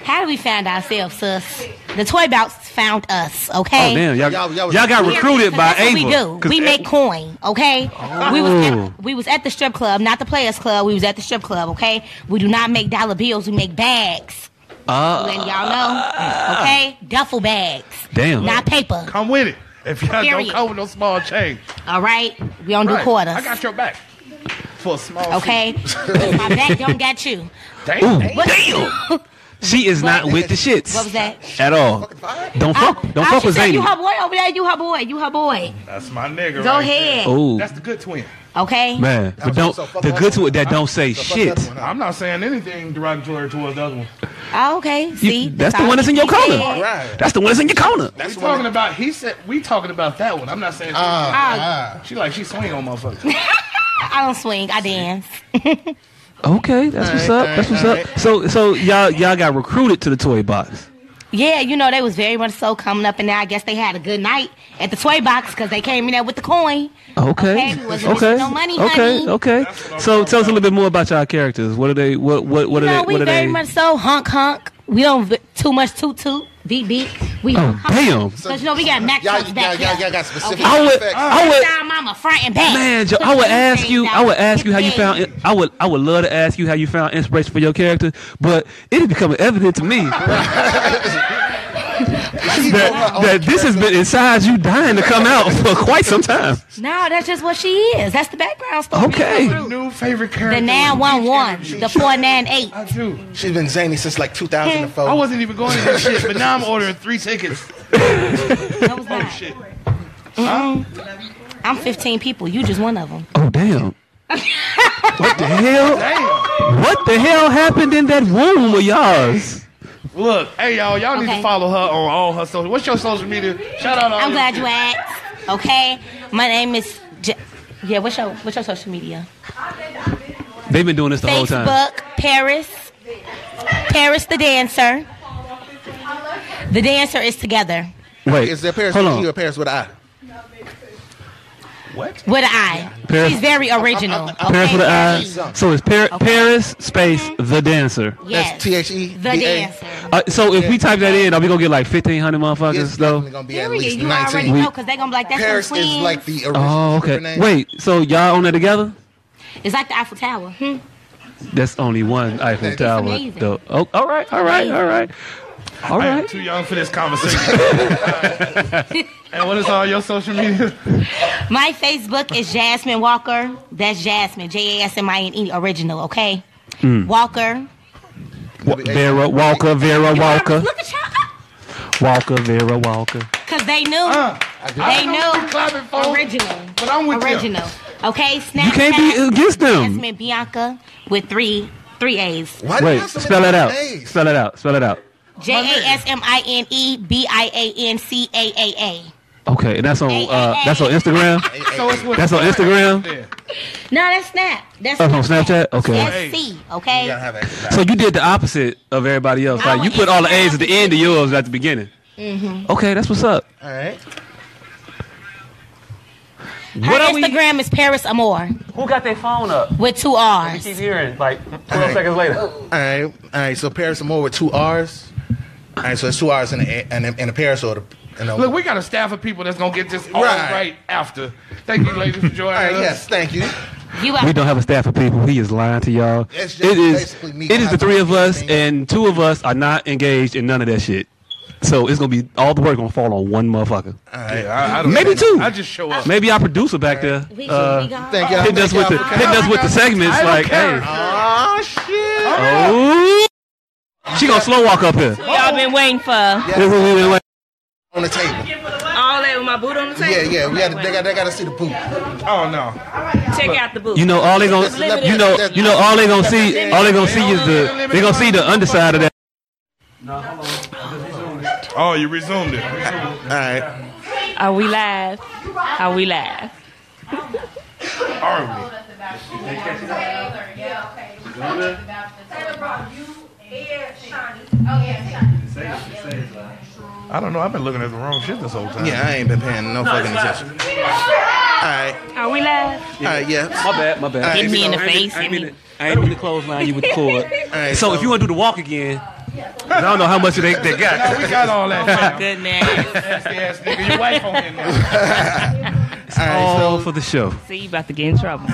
Speaker 12: How did we find ourselves, sis? The toy box found us, okay?
Speaker 8: Oh, damn, y'all- y'all got recruited by
Speaker 12: That's what we
Speaker 8: Ava.
Speaker 12: do.
Speaker 8: 'Cause
Speaker 12: We
Speaker 8: Ava-
Speaker 12: make coin, okay? We was
Speaker 8: Oh.
Speaker 12: at, we was at the strip club, not the players club. We was at the strip club, okay? We do not make dollar bills. We make bags.
Speaker 8: Uh,
Speaker 12: Letting y'all know, okay? Duffel bags.
Speaker 8: Damn.
Speaker 12: Not paper.
Speaker 2: Come with it. If y'all don't
Speaker 12: Period.
Speaker 2: come with no small change.
Speaker 12: All right, we don't
Speaker 2: Right.
Speaker 12: do quarters.
Speaker 2: I got your back. For a small
Speaker 12: Okay, my back don't got you.
Speaker 2: Damn.
Speaker 12: What-
Speaker 8: she is not with the shits.
Speaker 12: What was that?
Speaker 8: At all. Don't fuck. don't
Speaker 12: I
Speaker 8: fuck
Speaker 12: should
Speaker 8: with
Speaker 12: say,
Speaker 8: Zany.
Speaker 12: You her boy over there. You her boy. You her boy.
Speaker 2: That's my nigga.
Speaker 12: Go
Speaker 2: right
Speaker 12: ahead.
Speaker 2: there.
Speaker 8: Ooh.
Speaker 2: That's the good twin.
Speaker 12: Okay.
Speaker 8: Oh. Man, but don't the good to it that don't say shit.
Speaker 2: I'm not saying anything derogatory towards the other one.
Speaker 12: Oh, okay. See,
Speaker 8: that's the one that's in your
Speaker 12: all he
Speaker 8: corner.
Speaker 12: said.
Speaker 8: That's the one that's in your corner.
Speaker 2: we talking about. He said we talking about that one. I'm not saying.
Speaker 12: Ah.
Speaker 2: she like she swing on motherfuckers.
Speaker 12: I don't swing. I dance.
Speaker 8: Okay, that's what's
Speaker 12: Alright,
Speaker 8: up. that's what's
Speaker 12: alright,
Speaker 8: up. So so y'all y'all got recruited to the toy box.
Speaker 12: Yeah, you know they was very much so coming up, and now I guess they had a good night at the toy box because they came in there with the coin.
Speaker 8: Okay.
Speaker 12: we
Speaker 8: Okay.
Speaker 12: wasn't
Speaker 8: Okay.
Speaker 12: missing no money,
Speaker 8: okay.
Speaker 12: honey.
Speaker 8: So tell us a little bit more about y'all characters. What are they? What what what
Speaker 12: you
Speaker 8: are
Speaker 12: know,
Speaker 8: they?
Speaker 12: we
Speaker 8: What are
Speaker 12: very
Speaker 8: they?
Speaker 12: much so honk honk. We don't v- too much toot toot beep beep. We
Speaker 8: Oh, damn.
Speaker 12: Because you know we got Mac
Speaker 4: Y'all-
Speaker 12: trucks back
Speaker 4: y'all- y'all-
Speaker 12: here.
Speaker 4: y'all got specific
Speaker 12: Okay?
Speaker 8: I would- effects. I would-
Speaker 12: Freestyle mama front and back.
Speaker 8: Man, Joe,
Speaker 12: Put
Speaker 8: I would
Speaker 12: these
Speaker 8: ask
Speaker 12: things
Speaker 8: you.
Speaker 12: out.
Speaker 8: I would ask you how you
Speaker 12: Get big.
Speaker 8: found. I would. I would love to ask you how you found inspiration for your character, but it is becoming evident to me that, that this has been inside you, dying to come out for quite some time.
Speaker 12: No, that's just what she is. That's the background story.
Speaker 8: Okay.
Speaker 12: The
Speaker 2: new favorite
Speaker 12: The
Speaker 2: character.
Speaker 12: nine one one. The four nine eight.
Speaker 2: I do.
Speaker 4: She's been zany since like 2004.
Speaker 2: I wasn't even going to this shit, but now I'm ordering three tickets.
Speaker 12: Oh
Speaker 2: shit.
Speaker 12: I'm 15 people. You just one of them.
Speaker 8: Oh damn! What the hell? What the hell happened in that womb of yours?
Speaker 2: Look, hey y'all, y'all need to
Speaker 12: Okay.
Speaker 2: follow her on all her social. What's your social media? Shout out. all
Speaker 12: I'm
Speaker 2: your-
Speaker 12: glad you asked. Okay, my name is. J- yeah, what's your what's your social media?
Speaker 8: They've been doing this the whole time.
Speaker 12: Facebook Paris, Paris the dancer. The dancer is together
Speaker 8: Wait,
Speaker 4: is there Paris
Speaker 8: hold
Speaker 4: with
Speaker 8: on.
Speaker 4: you or Paris with an I?
Speaker 12: with an I.
Speaker 8: Paris-
Speaker 12: She's very original.
Speaker 8: Paris
Speaker 12: okay?
Speaker 8: with the
Speaker 12: Very-
Speaker 8: eyes. So it's Par- Paris space
Speaker 12: Mm-hmm.
Speaker 8: the dancer.
Speaker 12: Yes.
Speaker 4: T H E.
Speaker 12: The dancer.
Speaker 8: Uh, so if we type that in, are we gonna get like fifteen hundred motherfuckers though?
Speaker 12: Period. You already know because they're gonna be like that's
Speaker 4: Paris
Speaker 12: some
Speaker 4: is
Speaker 12: twins.
Speaker 4: like the original.
Speaker 8: Oh, okay. Wait, so y'all own that together?
Speaker 12: it's like the Eiffel Tower. Hmm.
Speaker 8: That's only one Eiffel
Speaker 12: It's
Speaker 8: Tower.
Speaker 12: amazing.
Speaker 8: Though. Oh, all right, all right, all right. All
Speaker 2: I am
Speaker 8: right.
Speaker 2: too young for this conversation. Alright. and what is all your social media?
Speaker 12: My Facebook is Jasmine Walker. That's Jasmine, J A S M I N E, original. Okay,
Speaker 8: Mm.
Speaker 12: Walker.
Speaker 8: Wa- Vera Walker, Vera Walker,
Speaker 12: Look at y'all,
Speaker 8: Walker, Vera Walker.
Speaker 12: cause they knew.
Speaker 2: Uh, I
Speaker 12: they
Speaker 2: know
Speaker 12: knew.
Speaker 2: you clapping for,
Speaker 12: original.
Speaker 2: but I'm with you.
Speaker 12: original. Okay, Snapchat.
Speaker 8: You can't be against them.
Speaker 12: Jasmine Bianca with three three A's.
Speaker 8: Wait, spell it out. Spell it out. Spell it out.
Speaker 12: J A S M I N E B I A N C A A A.
Speaker 8: Okay, and that's on uh, that's on Instagram.
Speaker 2: So it's with
Speaker 8: That's on Instagram.
Speaker 12: No, that's Snap. That's
Speaker 8: Oh, from Snapchat? Okay.
Speaker 12: That's C. Okay.
Speaker 8: So you did the opposite of everybody else. Like you put all the A's at the end of yours at the beginning.
Speaker 12: Mm-hmm.
Speaker 8: Okay, that's what's up.
Speaker 4: All right.
Speaker 12: Her Instagram is Paris Amore
Speaker 8: Who got their phone up?
Speaker 12: with two R's.
Speaker 8: hearing like
Speaker 4: All right. All right, all right. So Paris and more with two R's. All right, so it's two R's in a in a, in a Paris order. In a,
Speaker 2: Look, we got a staff of people that's gonna get this all right,
Speaker 4: Right.
Speaker 2: after. Thank you, ladies, for joining
Speaker 4: All right, yes,
Speaker 2: us.
Speaker 4: thank you.
Speaker 12: You
Speaker 8: We don't have a staff of people. He is lying to y'all.
Speaker 4: It's just
Speaker 8: It is.
Speaker 4: basically me
Speaker 8: It is the
Speaker 4: having
Speaker 8: three of us, and two of us are not engaged in none of that shit. So it's gonna be all the work gonna fall on one motherfucker.
Speaker 2: Yeah, I, I don't
Speaker 8: Maybe
Speaker 2: care.
Speaker 8: two.
Speaker 2: I just show up.
Speaker 8: Maybe our producer back there
Speaker 2: We
Speaker 8: uh,
Speaker 2: should be gone. Thank y'all.
Speaker 8: hitting us
Speaker 2: Thank
Speaker 8: with the
Speaker 2: y'all for
Speaker 8: hitting us with the segments.
Speaker 2: I don't
Speaker 8: Like,
Speaker 2: care.
Speaker 8: hey,
Speaker 4: Oh shit!
Speaker 8: oh, she gonna slow walk up here.
Speaker 14: Y'all been waiting for all
Speaker 8: Wait, wait, wait, wait.
Speaker 4: On the table.
Speaker 14: that with my boot on the table.
Speaker 4: Yeah, yeah. We had they got they got to see the boot.
Speaker 2: Oh no.
Speaker 14: Check out the boot.
Speaker 8: You know all they gonna
Speaker 14: Limited.
Speaker 8: you know you know all they gonna see all they gonna see is the they gonna see the underside of that.
Speaker 2: Oh, you resumed it.
Speaker 4: All right.
Speaker 14: Are we live? Are we live?
Speaker 2: I don't know. I've been looking at the wrong shit this whole time.
Speaker 4: Yeah, I ain't been paying no fucking attention. right.
Speaker 14: Are we live?
Speaker 4: All right, yeah.
Speaker 13: My bad, my bad.
Speaker 4: Hit me in the
Speaker 13: I ain't-
Speaker 4: face,
Speaker 13: I ain't mean to- I ain't mean to clothesline you with the cord. so, if you want to do the walk again,
Speaker 8: I don't know how much they, they got.
Speaker 2: we got all that.
Speaker 14: Oh my goodness.
Speaker 2: Nasty ass nigga, your wife on here now.
Speaker 8: all for the show.
Speaker 14: See, you about to get in trouble.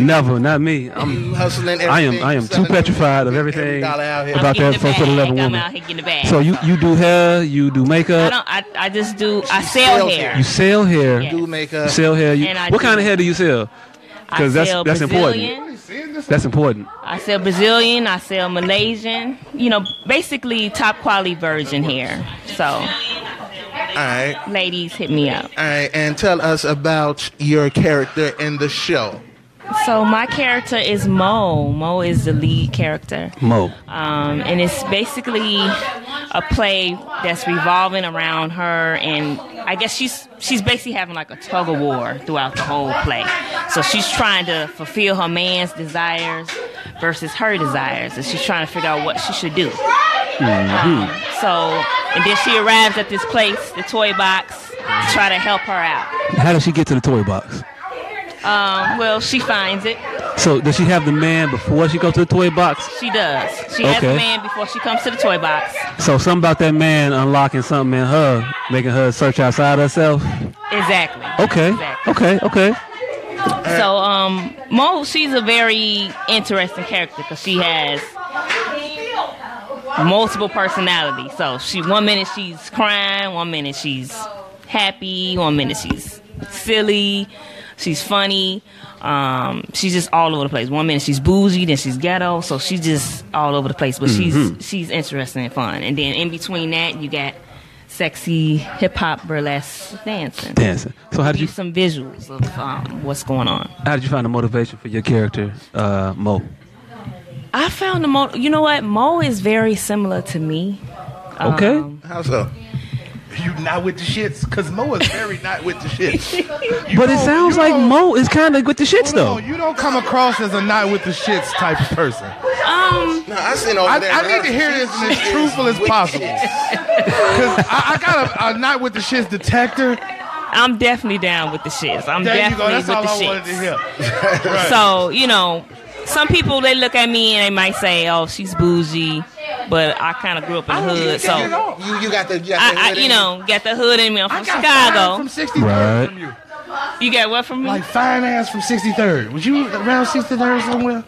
Speaker 8: Never, not me. I'm
Speaker 4: hustling.
Speaker 8: I am. I am too petrified of everything about that first little level
Speaker 14: I'm
Speaker 8: woman.
Speaker 14: out here getting the bag.
Speaker 8: So you you do hair, you do
Speaker 14: I
Speaker 8: makeup,
Speaker 14: don't. I, I just do. I sell
Speaker 8: sells
Speaker 14: hair.
Speaker 8: you sell hair,
Speaker 4: do makeup,
Speaker 8: you sell hair. You,
Speaker 14: And I
Speaker 8: what
Speaker 14: do-
Speaker 8: kind of hair do you sell?
Speaker 14: I
Speaker 8: Because that's
Speaker 14: sell
Speaker 8: that's important.
Speaker 14: Brazilian.
Speaker 8: That's important.
Speaker 14: I sell Brazilian. I sell Malaysian. You know, basically top quality virgin hair. So,
Speaker 4: All right.
Speaker 14: ladies, hit me up.
Speaker 4: All right, and tell us about your character in the show.
Speaker 14: so my character is Mo. Mo is the lead character.
Speaker 8: Mo.
Speaker 14: um, and it's basically a play that's revolving around her and I guess she's she's basically having like a tug of war throughout the whole play. So she's trying to fulfill her man's desires versus her desires, and she's trying to figure out what she should do.
Speaker 8: Mm-hmm.
Speaker 14: Um,
Speaker 15: Mhm.
Speaker 14: So, and then she arrives at this place, the toy box, to try to help her out.
Speaker 8: How does she get to the toy box?
Speaker 14: Um, well, she finds it.
Speaker 8: So does she have the man before she goes to the toy box?
Speaker 14: She does. She has a
Speaker 8: Okay.
Speaker 14: man before she comes to the toy box.
Speaker 8: So something about that man unlocking something in her, making her search outside herself.
Speaker 14: Exactly.
Speaker 8: Okay.
Speaker 14: Exactly.
Speaker 8: Okay. Okay.
Speaker 14: So, um, Mo, she's a very interesting character because she has multiple personalities. So, she one minute she's crying, one minute she's happy, one minute she's silly, she's funny. Um, she's just all over the place. One minute she's bougie, then she's ghetto. So she's just all over the place, but
Speaker 8: Mhm.
Speaker 14: she's she's interesting and fun. And then in between that, you got sexy hip hop burlesque dancing.
Speaker 8: Dancing. So how did you?
Speaker 14: some visuals of um, what's going on?
Speaker 8: How did you find the motivation for your character, uh, Mo?
Speaker 14: I found the Mo. You know what? Mo is very similar to me.
Speaker 8: Okay.
Speaker 14: Um,
Speaker 4: How so?
Speaker 2: You not with the shits? Cause Mo is very not with the shits. You
Speaker 8: But it
Speaker 2: don't-
Speaker 8: sounds
Speaker 2: you
Speaker 8: like
Speaker 2: don't-
Speaker 8: Mo is kind of with the shits
Speaker 2: Hold
Speaker 8: though.
Speaker 2: on, you don't come across as a not with the shits type of person.
Speaker 14: Um,
Speaker 4: no, I seen over
Speaker 2: I,
Speaker 4: there.
Speaker 2: I need to hear this and as truthful as possible. Cause I, I got a, a not with the shits detector.
Speaker 14: I'm definitely down with the shits. I'm
Speaker 2: there you go.
Speaker 14: definitely
Speaker 2: That's all
Speaker 14: with
Speaker 2: I
Speaker 14: the
Speaker 2: wanted to
Speaker 14: shits.
Speaker 2: hear.
Speaker 14: So you know, some people they look at me and they might say, "Oh, she's bougie," but I kind of grew up in the hood, so
Speaker 4: you you got the you, got the
Speaker 14: I, I
Speaker 4: hood
Speaker 14: you
Speaker 4: in
Speaker 14: know got the hood in me. I'm
Speaker 2: I
Speaker 14: from
Speaker 2: got
Speaker 14: Chicago.
Speaker 2: fine from 63rd from you.
Speaker 14: You got what from me?
Speaker 2: Like fine ass from 63rd. Was you around 63rd somewhere?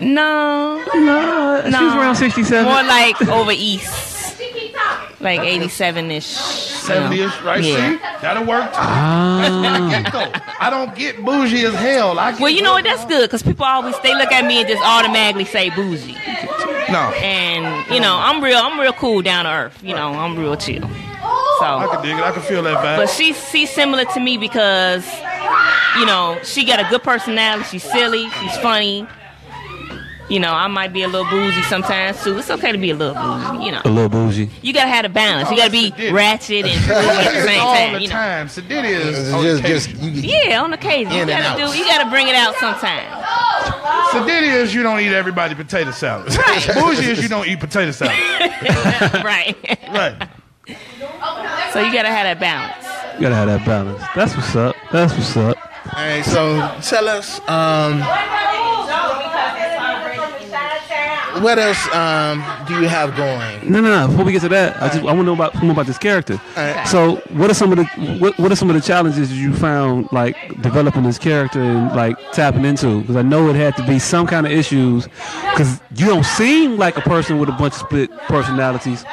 Speaker 14: No,
Speaker 8: no,
Speaker 14: no.
Speaker 8: she was around 67.
Speaker 14: More like over east, like 87 ish,
Speaker 2: 70 ish, right? See? That'll work too.
Speaker 8: Ah.
Speaker 2: Get though. I don't get bougie as hell. I get
Speaker 14: Well, you know what? That's good because people always they look at me and just automatically say bougie.
Speaker 2: No.
Speaker 14: And you know, I'm real. I'm real cool, down to earth. You know, I'm real chill. So
Speaker 2: I can dig it. I can feel that vibe.
Speaker 14: But she's she's similar to me because you know she got a good personality. She's silly. She's funny. You know, I might be a little boozy sometimes too. It's okay to be a little boozy. You know,
Speaker 8: A little bougie.
Speaker 14: you gotta have a balance. You gotta be ratchet and bougie at the
Speaker 2: It's
Speaker 14: same
Speaker 2: all
Speaker 14: time.
Speaker 2: the
Speaker 14: You know,
Speaker 2: time. So that is Oh, on
Speaker 4: Just,
Speaker 2: the
Speaker 4: just
Speaker 2: case.
Speaker 14: yeah, on occasion you
Speaker 2: In and
Speaker 14: gotta
Speaker 2: out.
Speaker 14: do. You gotta bring it out sometimes.
Speaker 2: So that is you don't eat everybody potato salad.
Speaker 14: Right.
Speaker 2: Bougie is you don't eat potato salad.
Speaker 14: right.
Speaker 2: Right.
Speaker 14: So you gotta have that balance.
Speaker 8: You gotta have that balance. That's what's up. That's what's up.
Speaker 4: All right, so tell us um, what else um, do you have going?
Speaker 8: No, no, no. Before we get to that, I just I want to know about more about this character.
Speaker 4: Alright.
Speaker 8: So, what are some of the what, what are some of the challenges you found like developing this character and like tapping into? Because I know it had to be some kind of issues. Because you don't seem like a person with a bunch of split personalities.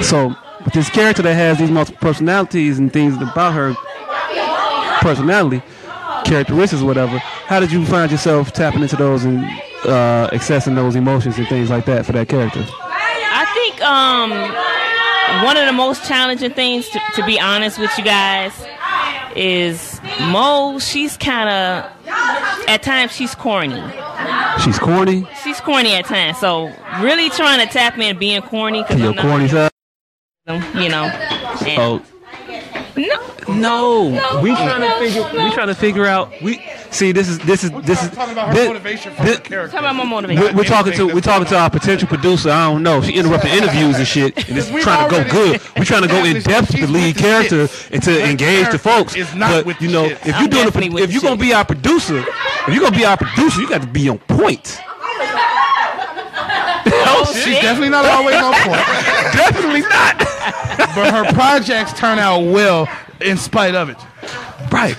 Speaker 8: So, with this character that has these multiple personalities and things about her personality, characteristics, whatever. How did you find yourself tapping into those and uh, accessing those emotions and things like that for that character?
Speaker 14: I think um, one of the most challenging things, to, to be honest with you guys, is Mo. She's kind of at times she's corny.
Speaker 8: She's corny.
Speaker 14: She's corny at times. So really trying to tap into being corny because
Speaker 8: To your
Speaker 14: I'm not
Speaker 8: corny side.
Speaker 14: them, you know. And-
Speaker 8: Oh.
Speaker 14: No.
Speaker 8: No,
Speaker 14: No,
Speaker 8: we
Speaker 14: no,
Speaker 8: trying
Speaker 14: no,
Speaker 8: to figure.
Speaker 14: no.
Speaker 8: We trying to figure out. We see, this is this is this is
Speaker 2: Talking about her
Speaker 8: this-
Speaker 2: motivation for
Speaker 8: this-
Speaker 2: her character.
Speaker 16: Talk about my motivation.
Speaker 8: We're, we're talking to we're talking to our potential producer. I don't know. She interrupted interviews and shit, and it's
Speaker 2: We've
Speaker 8: trying to go
Speaker 2: already
Speaker 8: good. We're trying to go in
Speaker 2: established
Speaker 8: depth with
Speaker 2: that
Speaker 8: the
Speaker 2: she's
Speaker 8: lead
Speaker 2: with the shit.
Speaker 8: character and to
Speaker 2: Her
Speaker 8: engage the
Speaker 2: character
Speaker 8: folks.
Speaker 2: is not
Speaker 8: but
Speaker 2: with
Speaker 8: you
Speaker 2: the
Speaker 8: know,
Speaker 2: shit.
Speaker 8: if you're
Speaker 2: I'm
Speaker 8: doing
Speaker 2: definitely
Speaker 8: a, if you're gonna be our producer, if you're gonna be our producer, you got to be on point.
Speaker 2: Oh, she's definitely not always on point.
Speaker 8: definitely not.
Speaker 2: but her projects turn out well in spite of it. Uh,
Speaker 8: Right.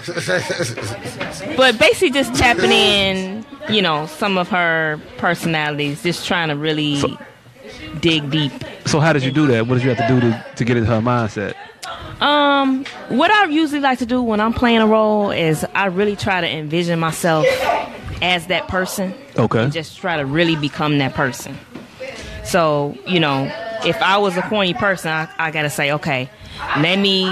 Speaker 14: But basically, just tapping in, you know, some of her personalities, just trying to really dig deep.
Speaker 8: So how did you do that? What did you have to do to, to get into her mindset?
Speaker 14: Um, what I usually like to do when I'm playing a role is I really try to envision myself as that person.
Speaker 8: Okay.
Speaker 14: And just try to really become that person. So, you know, if I was a corny person, I, I gotta say, okay, let me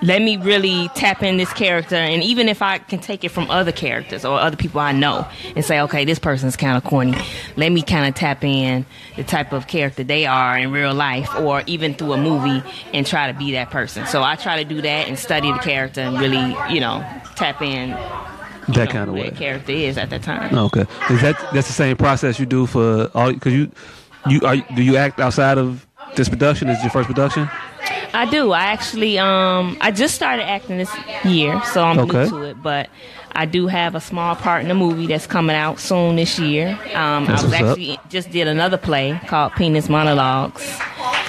Speaker 14: let me really tap in this character and even if i can take it from other characters or other people i know and say okay this person's kind of corny let me kind of tap in the type of character they are in real life or even through a movie and try to be that person so i try to do that and study the character and really you know tap in
Speaker 8: That kind of
Speaker 14: who
Speaker 8: way.
Speaker 14: that character is at that time
Speaker 8: Okay. Is that that's the same process you do for all? Because you you are do you act outside of this production? Is your first production?
Speaker 14: I do. I actually, um, I just started acting this year, so I'm
Speaker 8: Okay.
Speaker 14: new to it. But I do have a small part in a movie that's coming out soon this year. Um, I
Speaker 8: That's
Speaker 14: was
Speaker 8: what's up.
Speaker 14: actually just did another play called Penis Monologues.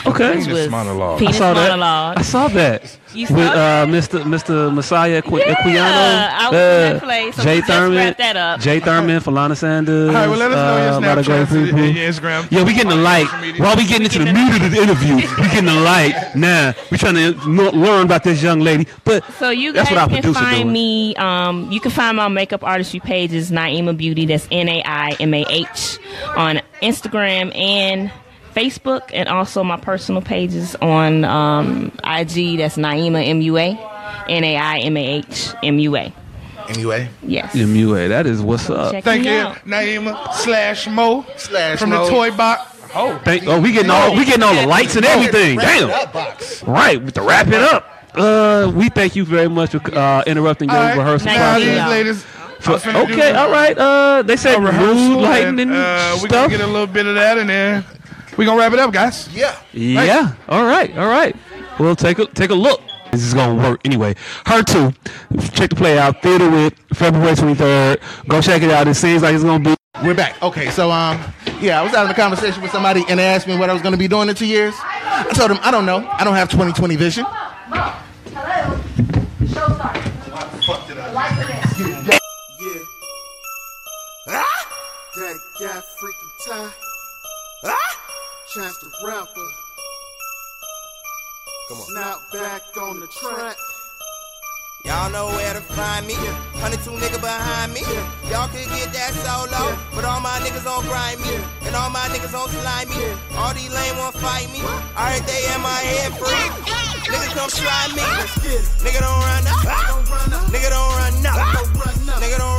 Speaker 8: Okay.
Speaker 14: which was
Speaker 8: I
Speaker 14: Penis
Speaker 8: saw that.
Speaker 14: Monologues.
Speaker 8: I saw that.
Speaker 14: You
Speaker 8: With
Speaker 14: saw
Speaker 8: uh, Mr. Mr. Messiah Equi-
Speaker 14: Yeah,
Speaker 8: Equiano,
Speaker 14: I was in that play, so we
Speaker 8: Jay
Speaker 14: just
Speaker 8: Thurman,
Speaker 14: wrapped that up.
Speaker 8: Jay Thurman, Falana Sanders.
Speaker 2: All right, well, let us know your
Speaker 8: uh, a lot of great
Speaker 2: Snapchats and-
Speaker 8: people.
Speaker 2: and your Instagram.
Speaker 8: Yeah, we getting the light. While we getting into the meat of the interview, we getting the light. Now we trying to know- learn about this young lady. But
Speaker 14: So you guys
Speaker 8: that's what our
Speaker 14: can
Speaker 8: producer
Speaker 14: find
Speaker 8: doing.
Speaker 14: me. Um, you can find my makeup artistry pages, Naima Beauty. That's N A I M A H on Instagram and Facebook, and also my personal pages on um, IG. That's Naima M U A, N A I M A H M U A.
Speaker 4: MUA.
Speaker 14: Yes.
Speaker 8: MUA, that is what's up.
Speaker 2: Thank you, Naima slash Mo slash from
Speaker 4: Mo.
Speaker 2: the toy box.
Speaker 8: Oh, Thank, oh, we getting all we getting all the lights and everything. Damn. Right, with the wrap it up. Uh, we thank you very much for uh, interrupting your
Speaker 2: All right,
Speaker 8: rehearsal.
Speaker 2: now
Speaker 8: process.
Speaker 2: these ladies.
Speaker 8: For-
Speaker 2: I was finna do
Speaker 8: okay, all right. Uh, they said
Speaker 2: a rehearsal
Speaker 8: mood lighting
Speaker 2: and,
Speaker 8: and
Speaker 2: uh, We
Speaker 8: stuff.
Speaker 2: gonna get a little bit of that in there. We gonna wrap it up, guys. Yeah.
Speaker 8: Yeah. All right. All right. We'll take a take a look. This is gonna work anyway. Her too. Check the play out. Theater with February twenty third. Go check it out. It seems like it's gonna be.
Speaker 4: We're back. Okay, so um, yeah, I was having a conversation with somebody and they asked me what I was going to be doing in two years. I told them I don't know. I don't have 2020 vision.
Speaker 17: That got freaky time. Chance the rapper.
Speaker 3: Come on.
Speaker 17: Now back on the track.
Speaker 3: Y'all know where to find me. 22 nigga behind me. Y'all could get that solo, but all my niggas on grind me. And all my niggas on slime me. All these lame won't fight me. I heard they in my head free. Niggas don't try me. Nigga don't run up. Nigga don't run up. Nigga don't run up. Nigga don't